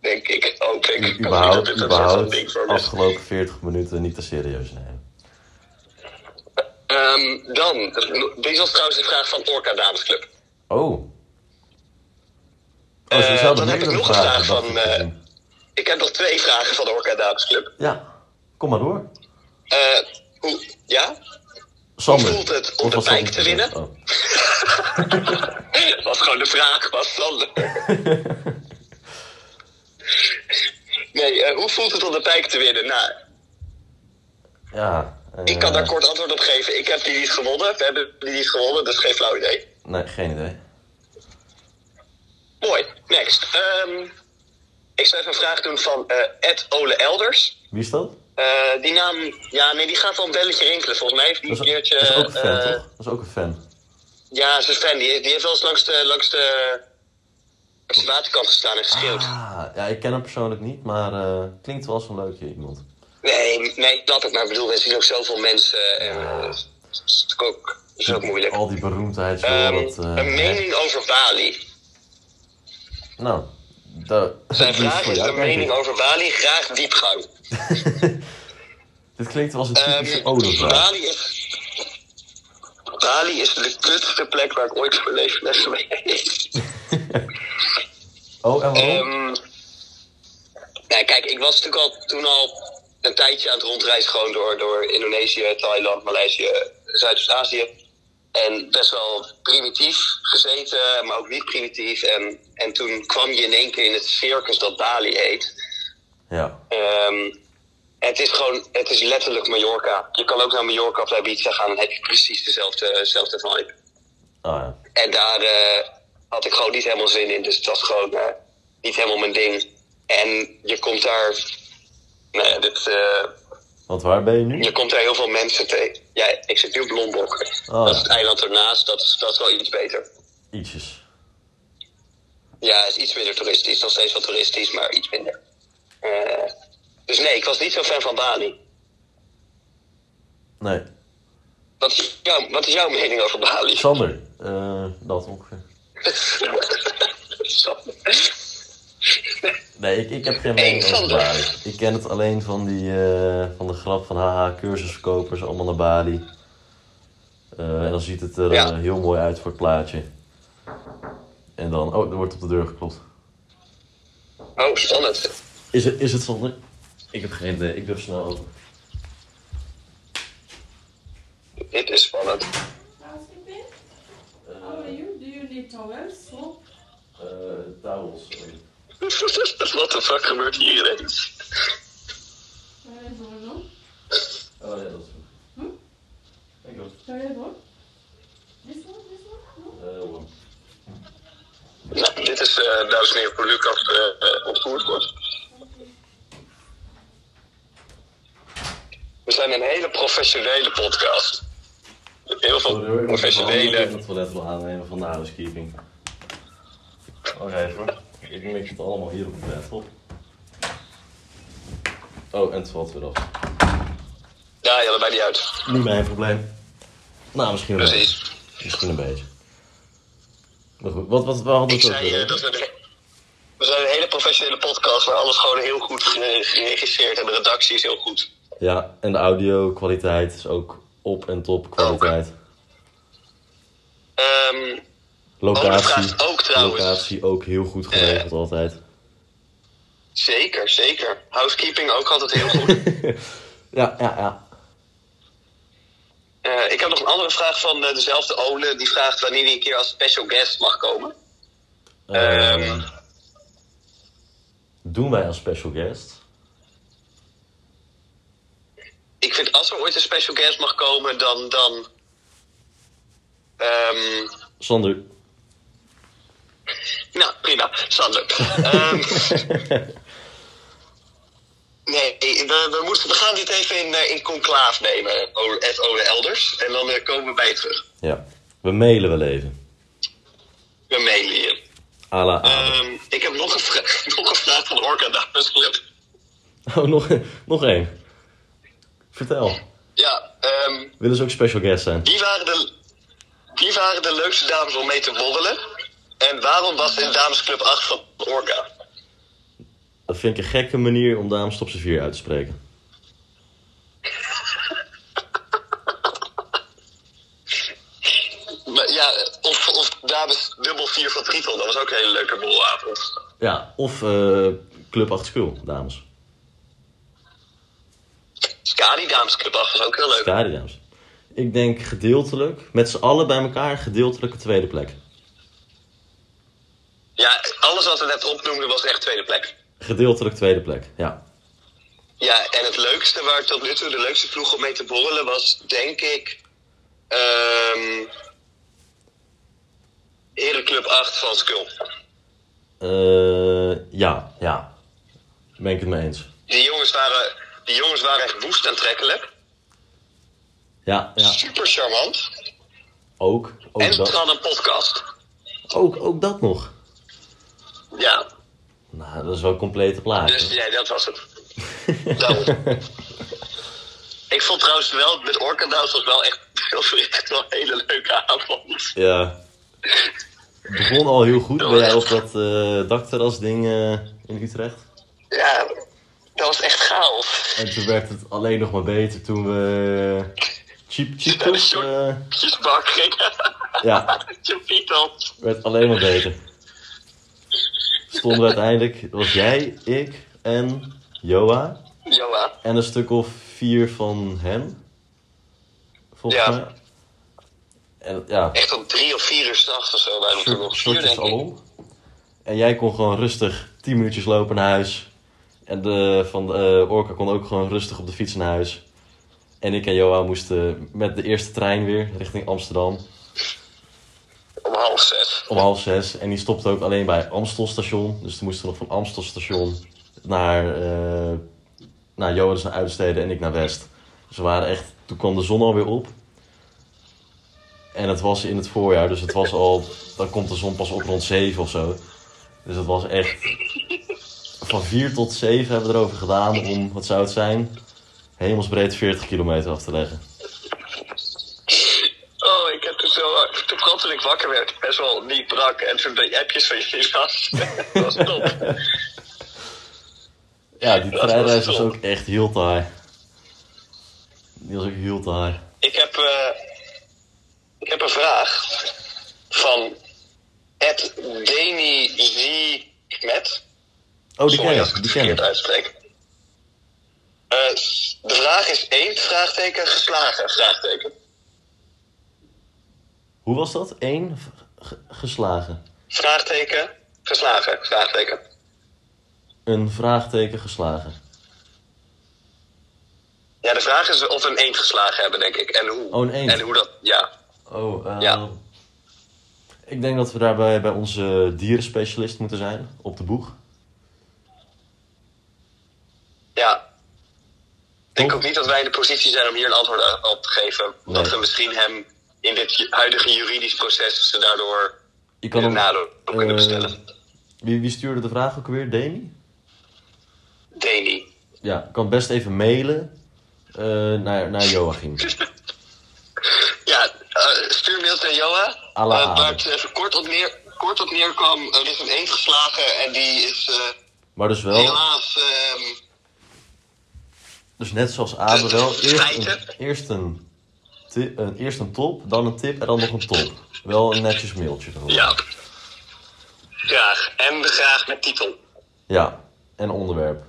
A: Denk ik ook. Denk ik ook niet dat
B: überhaupt,
A: dit een soort van
B: überhaupt
A: ding voor hem is.
B: afgelopen 40 minuten niet te serieus nemen.
A: Ehm, dan, dit was trouwens de vraag van Orca Damesclub.
B: Oh. Oh, ze
A: Eh,
B: zouden
A: dan heb ik
B: meerdere
A: nog een
B: vragen,
A: vraag
B: dacht
A: van,
B: ik te
A: eh,
B: zien.
A: Ik heb nog twee vragen van de Orca Damesclub.
B: Ja, kom maar door.
A: Eh, hoe, ja?
B: Sander.
A: voelt het om
B: Wat
A: de
B: was dat
A: pijk te winnen?
B: Oh.
A: Dat was gewoon de vraag, was Sander. nee, eh, hoe voelt het om de pijk te winnen? Nou,
B: Ja. eh,
A: ik kan daar kort antwoord op geven. Ik heb die niet gewonnen. We hebben die niet gewonnen, dus geen flauw idee.
B: Nee, geen idee.
A: Mooi, next. Ehm, ik zou even een vraag doen van eh, Ed Ole Elders.
B: Wie is dat?
A: Eh, die naam, ja, nee, die gaat wel een belletje rinkelen. Volgens mij heeft die een
B: Dat is, dat
A: keertje.
B: is ook een fan,
A: eh,
B: toch? Dat is ook een fan.
A: Ja, zijn fan. Die, die heeft wel eens langs de, langs de, langs de waterkant gestaan en geschreeuwd.
B: Ah, ja, ik ken hem persoonlijk niet, maar eh, klinkt wel als een leukje iemand.
A: Nee, nee, ik snap het. Maar ik bedoel, er zien ook zoveel mensen. En, eh, het is natuurlijk ook, het is ook moeilijk.
B: Al die beroemdheid. joh,
A: Ehm,
B: dat, eh,
A: een mening over Bali.
B: Nou, Da-
A: Zijn
B: die
A: vraag
B: voor
A: is
B: jou,
A: een
B: denk ik.
A: mening over Bali, graag diepgang.
B: Dit klinkt wel als een typische
A: Ehm
B: Ode-vraag.
A: Bali is. Bali is de kutste plek waar ik ooit voor leven ben geweest.
B: Oh, en waarom?
A: Ehm, nou, kijk, ik was natuurlijk al toen al een tijdje aan het rondreizen gewoon door, door Indonesië, Thailand, Maleisië, Zuidoost-Azië. En best wel primitief gezeten, maar ook niet primitief. En, en toen kwam je in één keer in het circus dat Bali heet.
B: ja.
A: Ehm, het is gewoon, het is letterlijk Mallorca. Je kan ook naar Mallorca of naar Ibiza gaan, dan heb je precies dezelfde, dezelfde vibe.
B: Ah ja.
A: En daar eh, had ik gewoon niet helemaal zin in. Dus het was gewoon eh, niet helemaal mijn ding. En je komt daar. Nee, dit, eh,
B: Want waar ben je nu?
A: je komt daar heel veel mensen tegen. Ja, ik zit nu op Lombok.
B: Oh.
A: Dat is het eiland ernaast. Dat is, dat is wel iets beter.
B: Ietsjes.
A: Ja, het is iets minder toeristisch. Nog steeds wel toeristisch, maar iets minder. Eh, dus nee, ik was niet zo fan van Bali.
B: Nee.
A: Wat is jouw, wat is jouw mening over Bali?
B: Sander. eh, dat ongeveer. Nee, ik, ik heb geen mening over
A: Sander.
B: Bali. Ik ken het alleen van, die, eh, van de grap van haha, cursusverkopers, allemaal naar Bali. Eh, en dan ziet het er
A: Ja.
B: eh, heel mooi uit voor het plaatje. En dan, oh, er wordt op de deur geklopt.
A: oh, spannend.
B: Is het, is het Sander? Ik heb geen idee, ik durf snel open.
A: Dit is spannend.
C: Housekeeping? How are you? Do you need towels? Soap?
B: Eh, towels.
A: What the fuck gebeurt hier ineens?
C: Waar is er nog?
B: Oh ja, dat is goed.
C: Hm? Waar is er? This one? This one? No?
B: Eh,
A: Nou, dit is, eh dames en heren, hoe Lucas eh, eh, ontvoerd wordt. We zijn een hele professionele podcast. Met heel veel
B: Ik
A: professionele...
B: het toilet wil aannemen van de housekeeping. Oké, hoor. Ik mix het allemaal hier op de laptop. Oh, en het valt weer af.
A: Ja, ja, dat maakt niet uit.
B: Niet mijn probleem. Nou, misschien wel.
A: Precies.
B: Misschien een beetje. Maar goed, wat, wat, waar hadden
A: Ik
B: we het over?
A: zei eh, dat we... de- We zijn een hele professionele podcast waar alles gewoon heel goed gere- geregisseerd en de redactie is heel goed.
B: Ja, en de audio kwaliteit is ook op en top kwaliteit.
A: Ehm, Oh, dat
B: Locatie,
A: vraagt ook trouwens.
B: locatie ook heel goed geregeld altijd.
A: zeker, zeker. Housekeeping ook altijd heel goed.
B: Ja, ja, ja.
A: Eh, ik heb nog een andere vraag van eh, dezelfde Ole. Die vraagt wanneer hij een keer als special guest mag komen. Ehm.
B: Ehm, doen wij als special guest?
A: Ik vind als er ooit een special guest mag komen, dan. dan ehm,
B: Sander.
A: nou, prima, Sander. Ehm, nee, we, we, moeten, we gaan dit even in, eh, in conclaaf nemen, Ole- Ed Ole Elders. En dan eh, komen we bij je terug.
B: Ja, we mailen wel even.
A: We mailen je.
B: A la Abe.
A: Ehm, ik heb nog een, vra- nog een vraag van Orca Dames Club.
B: Oh, nog, nog één. Vertel.
A: Ja, ehm,
B: Willen ze ook special guest zijn?
A: Wie waren, de, wie waren de leukste dames om mee te borrelen? En waarom was in Damesclub 8 van Orga?
B: Dat vind ik een gekke manier om dames top z'n vier uit te spreken.
A: Maar ja, of, of dames dubbel 4 van Triton, dat was ook een hele leuke borrelavond.
B: Ja, of eh, Club 8 Skul, dames.
A: Skadi Damesclub 8 was ook heel leuk.
B: Skadi, dames. Ik denk gedeeltelijk, met z'n allen bij elkaar, gedeeltelijk een tweede plek.
A: Ja, alles wat we net opnoemden was echt tweede plek.
B: Gedeeltelijk tweede plek, ja.
A: Ja, en het leukste waar tot nu toe de leukste ploeg om mee te borrelen was, denk ik. ehm Herenclub 8 van Skull.
B: Eh, ja, ja. Ben ik het mee eens.
A: Die jongens waren, die jongens waren echt woest aantrekkelijk.
B: Ja, ja.
A: Super charmant.
B: Ook, ook
A: En ze
B: dat.
A: hadden een podcast.
B: Ook, ook dat nog.
A: Ja,
B: Nou, dat is wel een complete plaat.
A: dus ja, dat was het. Daarom. Ik vond trouwens wel, met Orkendaus was wel echt heel verricht wel een hele leuke avond.
B: Ja. begon al heel goed bij jou op dat eh dakterrasding eh, in Utrecht.
A: Ja, dat was echt chaos.
B: En toen werd het alleen nog maar beter toen we eh, cheap
A: Ja,
B: cheap
A: dat
B: Toes,
A: is zo-
B: eh,
A: Kiesbak ging.
B: ja,
A: Je Python.
B: werd alleen maar beter. Stonden we uiteindelijk, dat was jij, ik en Joa
A: Joa.
B: en een stuk of vier van hem. Volgens
A: Ja.
B: mij. En ja,
A: Echt om drie of vier uur s'nachts of zo. Wij toen
B: Short-
A: nog vier,
B: shortjes
A: denk
B: al
A: ik.
B: om. En jij kon gewoon rustig 10 minuutjes lopen naar huis. En de, van de, eh, Orca kon ook gewoon rustig op de fiets naar huis. En ik en Joa moesten met de eerste trein weer richting Amsterdam
A: Om half zes.
B: om half zes. En die stopte ook alleen bij Amstel station. Dus toen moesten we nog van Amstel station naar, eh naar Joa dus naar Uitsteden en ik naar West. Dus we waren echt, toen kwam de zon alweer op. En het was in het voorjaar, dus het was al, dan komt de zon pas op rond zeven of zo. Dus het was echt, van vier tot zeven hebben we erover gedaan om, wat zou het zijn, hemelsbreed 40 kilometer af te leggen.
A: Oh, ik heb toen zo... hard- Toen vooral toen ik wakker werd, best wel niet brak. En toen de appjes van jullie las. dat was top.
B: Ja, die
A: Dat was
B: treinreis was
A: top.
B: ook echt heel taai. Die was ook heel taai.
A: Ik heb, eh, ik heb een vraag van Ed Deni Met.
B: Oh, die ken
A: Sorry als
B: ik.
A: ik het
B: Die ken
A: verkeerd
B: ik.
A: uitspreek. Eh, s- de vraag is één vraagteken geslagen vraagteken.
B: Hoe was dat? Eén v- ge- geslagen.
A: Vraagteken geslagen vraagteken.
B: Een vraagteken geslagen.
A: Ja, de vraag is of we een eend geslagen hebben, denk ik. En hoe.
B: Oh, een eend.
A: En hoe dat, ja.
B: Oh, eh,
A: Ja.
B: Ik denk dat we daarbij bij onze dierenspecialist moeten zijn. Op de boeg.
A: Ja. Ik denk
B: Toch?
A: ook niet dat wij in de positie zijn om hier een antwoord op te geven. Omdat
B: Nee.
A: we misschien hem in dit ju- huidige juridisch proces ze daardoor
B: Je kan
A: in het
B: hem-
A: nadeel kunnen
B: eh,
A: bestellen.
B: wie, wie stuurde de vraag ook weer? Demi?
A: Deni.
B: Ja, kan best even mailen eh, naar, naar Joachim.
A: Ja, eh, stuur mails naar Joa.
B: Alla
A: Eh,
B: Adem.
A: waar het even kort op, neer, kort op neerkwam, er is een eend geslagen en die is eh,
B: Maar dus wel,
A: helaas... ehm,
B: dus net zoals Abe wel,
A: Eh,
B: eerst een,
A: Feiten.
B: eerst, een ti- een, eerst een top, dan een tip en dan nog een top. Wel een netjes mailtje. ervoor.
A: ja. Graag. En graag met titel.
B: Ja, en onderwerp.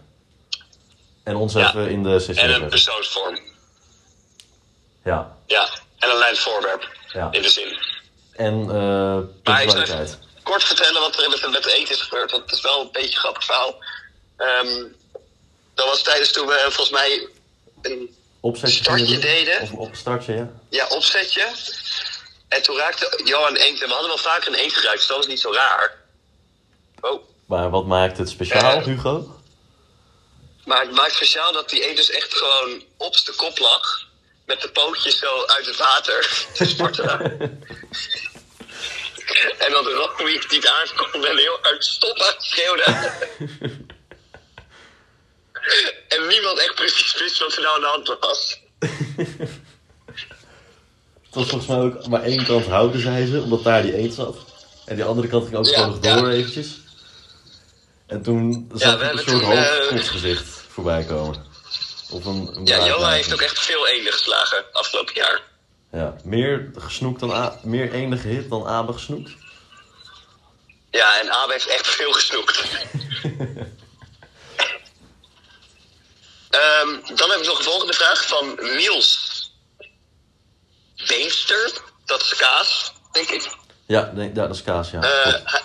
B: En ons
A: Ja.
B: even in de CC
A: En een
B: zetten.
A: persoonsvorm.
B: Ja,
A: Ja. En een lijnvoorwerp.
B: Ja.
A: In de zin.
B: en eh
A: Maar ik zou even
B: punctualiteit.
A: kort vertellen wat er met, met de eend is gebeurd. Want het is wel een beetje een grappig verhaal. Ehm, dat was tijdens toen we eh, volgens mij een
B: Opzetje
A: startje
B: kunnen doen.
A: deden.
B: Of op startje, ja.
A: ja, opzetje. En toen raakte Johan een eend. En we hadden wel vaker een eend geraakt, dus dat was niet zo raar. Oh,
B: Maar wat maakt het speciaal,
A: Eh.
B: Hugo?
A: maar het maakt speciaal dat die eend dus echt gewoon op de kop lag. Met de pootjes zo uit het water te sporten. en dan de rotweek die het aankwam en heel uit stop uit schreeuwde. en niemand echt precies wist wat er nou aan de hand was.
B: Het was volgens mij ook maar één kant houden, zei ze, omdat daar die eend zat. En die andere kant ging ook
A: Ja,
B: gewoon nog
A: ja.
B: door eventjes. En toen zag ik een
A: hebben
B: soort
A: toen, eh,
B: hoofdkotsgezicht voorbij komen. Of een, een
A: Ja, Jola
B: braakmaker.
A: heeft ook echt veel eenden geslagen afgelopen jaar.
B: Ja, meer gesnoekt dan A- meer enige hit dan Abe gesnoekt.
A: Ja, en Abe heeft echt veel gesnoekt. Ehm, dan heb ik nog een volgende vraag van Niels. Beester, dat is kaas, denk ik.
B: Ja, nee, ja, dat is kaas, ja.
A: Eh,
B: Klopt.
A: hij,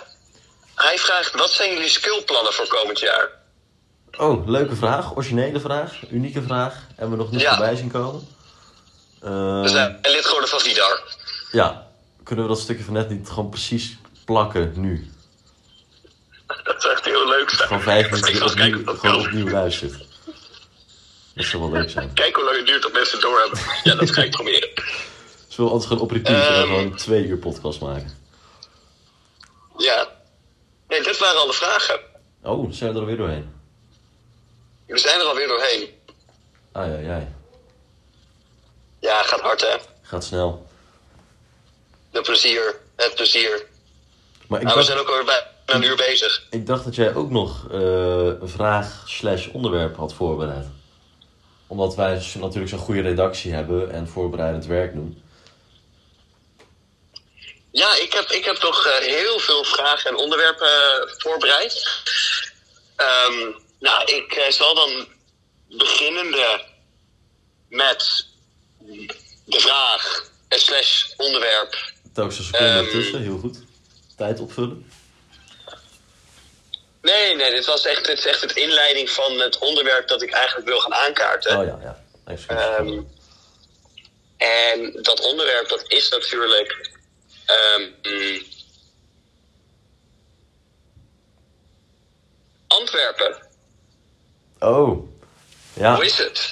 A: hij vraagt, wat zijn jullie skillplannen voor komend jaar?
B: Oh, leuke vraag. Originele vraag. Unieke vraag. Hebben we nog niet
A: Ja.
B: voorbij zien komen. Eh,
A: We zijn lid geworden van Vidar.
B: ja, kunnen we dat stukje van net niet gewoon precies plakken nu?
A: Dat is echt heel leuk.
B: Gewoon vijf minuten
A: Ik was kijken of
B: opnieuw,
A: dat
B: gewoon
A: kan.
B: opnieuw luisteren. Dat zou wel leuk zijn.
A: Kijk hoe lang het duurt dat mensen het doorhebben. Ja, dat ga ik proberen.
B: Zullen we anders gewoon op repeat en dan
A: Ehm.
B: gewoon een twee uur podcast maken?
A: Ja. Nee, dit waren alle vragen.
B: Oh, zijn we er weer doorheen?
A: We zijn er alweer doorheen.
B: Ah ja, ja.
A: Ja, gaat hard hè.
B: Gaat snel.
A: De plezier, het plezier.
B: Maar ik
A: Nou, we
B: dacht,
A: zijn ook alweer bijna een uur bezig.
B: ik dacht dat jij ook nog eh, een vraag slash onderwerp had voorbereid. Omdat wij zo- natuurlijk zo'n goede redactie hebben en voorbereidend werk doen.
A: Ja, ik heb, ik heb toch eh, heel veel vragen en onderwerpen eh, voorbereid. Ehm, nou, ik eh, zal dan beginnende met de vraag en slash onderwerp.
B: Telkens een seconde
A: Ehm.
B: ertussen, heel goed. Tijd opvullen.
A: Nee, nee, dit, was echt, dit is echt het inleiding van het onderwerp dat ik eigenlijk wil gaan aankaarten.
B: Oh ja, ja. Excuus.
A: Eh, Ehm, en dat onderwerp, dat is natuurlijk. ehm, mm, Antwerpen,
B: oh,
A: hoe
B: ja.
A: is het?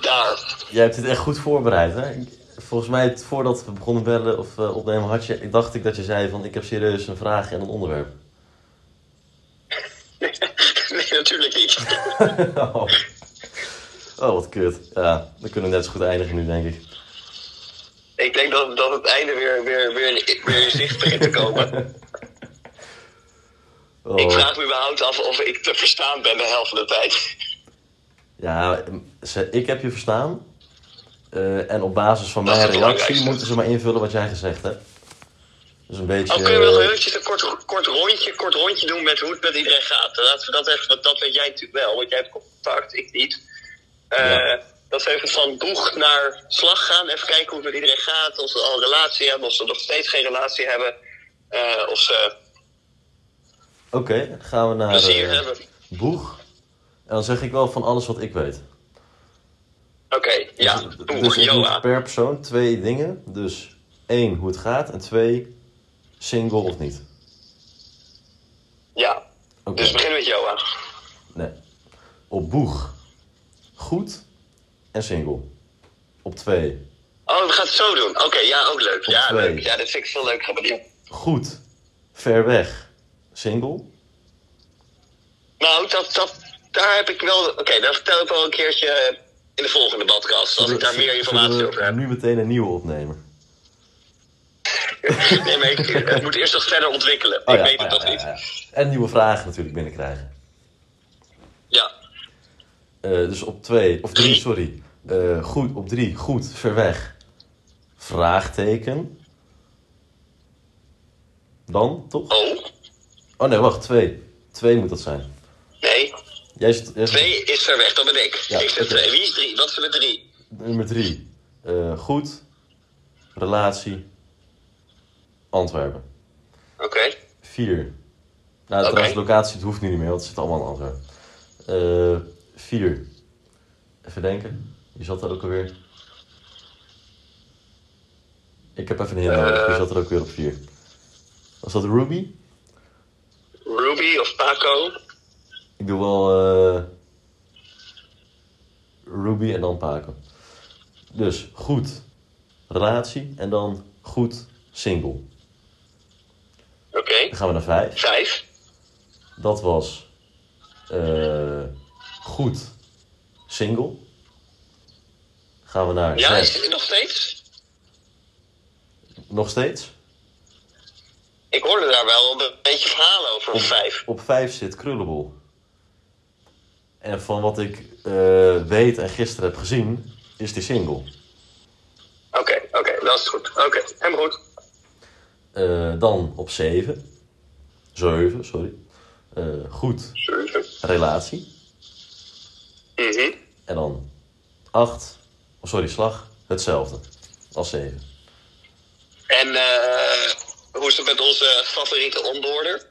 A: Daar.
B: Jij hebt dit echt goed voorbereid, hè? Ik- Volgens mij, het- voordat we begonnen bellen of eh, opnemen, had je, ik dacht ik dat je zei van ik heb serieus een vraag en een onderwerp.
A: nee, natuurlijk niet.
B: Oh. Oh, wat kut. Ja, dan kunnen we net zo goed eindigen nu, denk ik.
A: Ik denk dat, dat het einde weer, weer, weer, weer in zicht begint te komen. Ik
B: Oh.
A: vraag me überhaupt af of ik te verstaan ben de helft van de tijd.
B: Ja, ze- ik heb je verstaan. Eh, en op basis van
A: Dat is
B: mijn
A: het
B: reactie
A: belangrijkste.
B: moeten ze maar invullen wat jij gezegd hebt. Dus een beetje...
A: Al kunnen we Oh, nog
B: eh,
A: eventjes een kort, kort, rondje, kort rondje doen met hoe het met iedereen gaat. Laten we dat even, want dat weet jij natuurlijk wel, want jij hebt contact, ik niet. Eh,
B: Ja.
A: Dat we even van boeg naar slag gaan, even kijken hoe het met iedereen gaat. Of ze al een relatie hebben, of ze nog steeds geen relatie hebben. eh, of ze
B: Oké, dan gaan we naar
A: plezier
B: eh,
A: hebben.
B: Boeg. En dan zeg ik wel van alles wat ik weet.
A: Oké, ja.
B: Dus-
A: Boeg,
B: dus ik doe
A: Joa.
B: per persoon twee dingen. Dus één, hoe het gaat. En twee, single of niet.
A: Ja,
B: Oké.
A: dus begin met Joa.
B: Nee. Op boeg. Goed. En single. Op twee.
A: Oh, we gaan het zo doen. Oké, ja, ook leuk. Ja,
B: twee.
A: leuk. Ja, dit vind ik veel leuk.
B: Goed. Ver weg. Single.
A: Nou, dat, dat, daar heb ik wel... Oké, daar vertel ik wel een keertje eh, in de volgende podcast. Als ik daar meer informatie
B: Zullen
A: over
B: we
A: heb.
B: Nu meteen een nieuwe opnemen.
A: Nee, maar ik, het moet eerst nog verder ontwikkelen. ik weet het nog
B: Oh ja,
A: niet.
B: ja,
A: Ja.
B: ja. En nieuwe vragen natuurlijk binnenkrijgen. Eh, dus op twee, of drie,
A: Drie.
B: sorry. Eh, goed, op drie, goed, ver weg. Vraagteken. Dan, toch?
A: Oh?
B: Oh nee, wacht, twee. Twee moet dat zijn.
A: Nee,
B: Jij zit, jij zit-
A: twee is ver weg, dat ben ik.
B: Ja,
A: ik zit
B: oké.
A: twee. Wie is drie? Wat zijn de drie?
B: Nummer drie. Eh, goed. Relatie. Antwerpen.
A: Oké.
B: Vier. Nou,
A: Oké.
B: trouwens, locatie, het hoeft nu niet meer, want het zit allemaal in Antwerpen. Eh, vier. Even denken. Je zat er ook alweer. Ik heb even een hint nodig. Je
A: Eh.
B: zat er ook weer op vier. Was dat Ruby?
A: Ruby of Paco?
B: Ik doe wel eh, Ruby en dan Paco. Dus goed relatie en dan goed single.
A: Oké.
B: Dan gaan we naar vijf.
A: Vijf?
B: Dat was eh, goed single. Gaan we naar
A: Ja, is
B: zes.
A: het nog steeds?
B: Nog steeds.
A: Ik hoorde daar wel een beetje verhalen over op vijf.
B: Op vijf zit Krullenbol. En van wat ik eh, weet en gisteren heb gezien, is die single.
A: Oké, oké, dat is goed. Oké, helemaal goed.
B: Eh, dan op 7. 7, sorry. Eh, goed,
A: Zeven.
B: relatie.
A: Mhm.
B: En dan 8. Oh, sorry, slag. Hetzelfde. Als 7.
A: En eh, hoe is het met onze favoriete onboarder?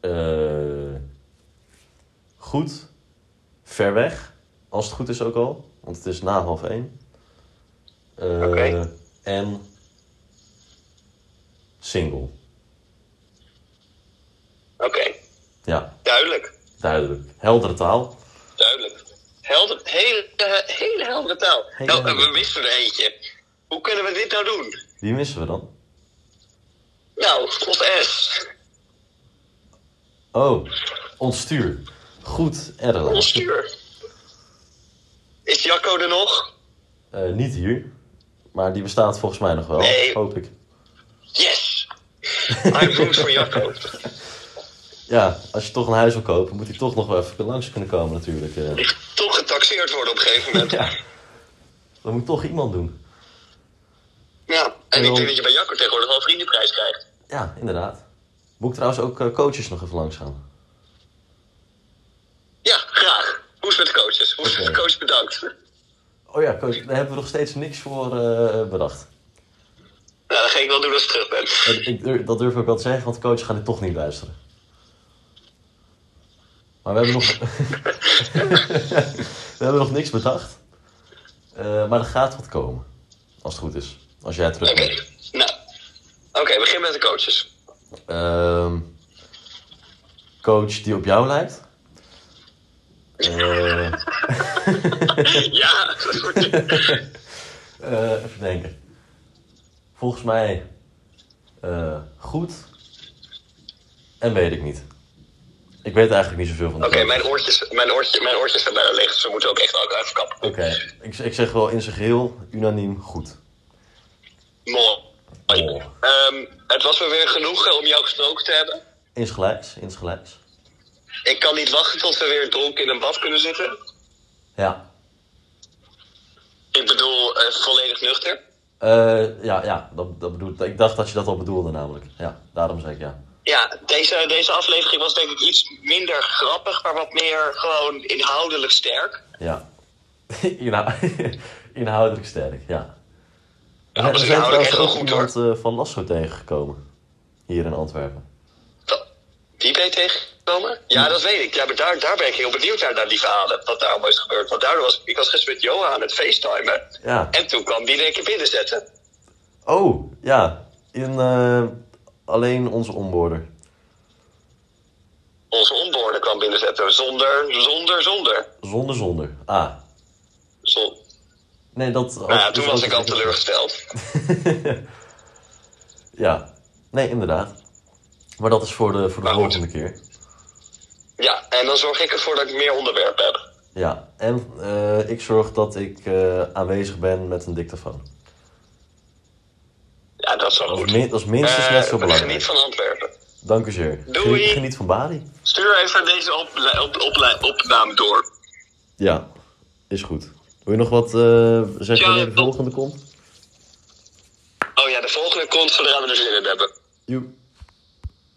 B: Eh, goed. Ver weg. Als het goed is ook al. Want het is na half 1.
A: Oké.
B: En single.
A: Oké,
B: Ja,
A: duidelijk.
B: duidelijk. Heldere taal.
A: Duidelijk. Helder, hele, eh, hele heldere taal.
B: Hele
A: nou,
B: heldere.
A: we missen er eentje. Hoe kunnen we dit nou doen?
B: Die missen we dan.
A: Nou, of S.
B: Oh, ontstuur. Goed
A: Ons
B: en relatie.
A: stuur. Is Jacco er nog?
B: Eh, niet hier, maar die bestaat volgens mij nog wel.
A: Nee.
B: Hoop ik.
A: Yes! I root voor Jacco.
B: Ja, als je toch een huis wil kopen, moet hij toch nog wel even langs kunnen komen natuurlijk. eh.
A: Toch getaxeerd worden op een gegeven moment.
B: Ja. Dat moet toch iemand doen.
A: Ja, en
B: Wel.
A: ik denk dat je bij Jacco tegenwoordig wel een vriendenprijs krijgt.
B: Ja, inderdaad. Moet ik trouwens ook eh, coaches nog even langs gaan?
A: Ja, graag. Hoe is het met de coaches? Hoe is het met de coach bedankt?
B: Oh ja, coach, daar hebben we nog steeds niks voor eh, bedacht.
A: Nou, dat ga ik wel doen als je terug bent.
B: En ik durf- dat durf ik wel te zeggen, want coach gaat dit toch niet luisteren. Maar we hebben nog, we hebben nog niks bedacht. Eh, maar er gaat wat komen. Als het goed is. Als jij terug
A: Oké,
B: bent.
A: nou. Oké, begin met de coaches.
B: Ehm, coach die op jou lijkt. Eh,
A: ja, dat is goed.
B: eh, even denken. Volgens mij eh, goed. En weet ik niet. Ik weet eigenlijk niet zoveel van de
A: Oké,
B: coach.
A: mijn, oortjes, mijn, oortje, mijn oortjes zijn bijna leeg, dus we moeten ook echt elkaar even kappen.
B: Oké, ik, ik zeg wel in zijn geheel unaniem goed.
A: Mooi.
B: Mooi.
A: Ehm, het was me weer genoeg eh, om jou gesproken te hebben.
B: Insgelijks, insgelijks.
A: Ik kan niet wachten tot we weer dronken in een bad kunnen zitten.
B: Ja.
A: Ik bedoel, eh, volledig nuchter.
B: Eh, ja, ja dat, dat bedoel, ik dacht dat je dat al bedoelde namelijk. Ja, daarom zei ik ja.
A: Ja, deze, deze aflevering was denk ik iets minder grappig, maar wat meer gewoon inhoudelijk sterk.
B: Ja. Inhou- Inhoudelijk sterk, ja.
A: Ja, dat is inhoudelijk echt wel goed hoor.
B: iemand eh, van Lasso tegengekomen. Hier in Antwerpen.
A: Wat? Wie ben je tegengekomen? Ja, dat weet ik. Ja, maar daar, daar ben ik heel benieuwd naar, naar die verhalen. Wat daar allemaal is gebeurd. Want daardoor was ik was gisteren met Johan aan het facetimen.
B: Ja.
A: En toen kwam die in één keer binnenzetten.
B: Oh, ja. In eh, alleen onze onboarder.
A: Onze onboarder kwam binnenzetten. Zonder, zonder, zonder.
B: Zonder zonder. Ah.
A: Zon.
B: Nee, dat... dus
A: Nou ja, toen was ik al teleurgesteld.
B: Ja. Nee, inderdaad. Maar dat is voor de, voor de
A: Maar goed.
B: volgende keer.
A: Ja, en dan zorg ik ervoor dat ik meer onderwerpen heb.
B: Ja. En eh, ik zorg dat ik eh, aanwezig ben met een dictafoon.
A: Ja, dat is wel
B: Dat is,
A: goed.
B: min- Oh, dat is minstens net zo
A: Eh,
B: belangrijk.
A: Geniet van Antwerpen.
B: Dank u zeer.
A: Doei.
B: Geniet- Geniet van Bali.
A: Stuur even deze op, op, op, opname door.
B: Ja, is goed. Wil je nog wat eh, zeggen
A: Ja,
B: wanneer de
A: dat-
B: volgende komt?
A: Oh ja, de volgende komt zodra we er zin in hebben.
B: Joep.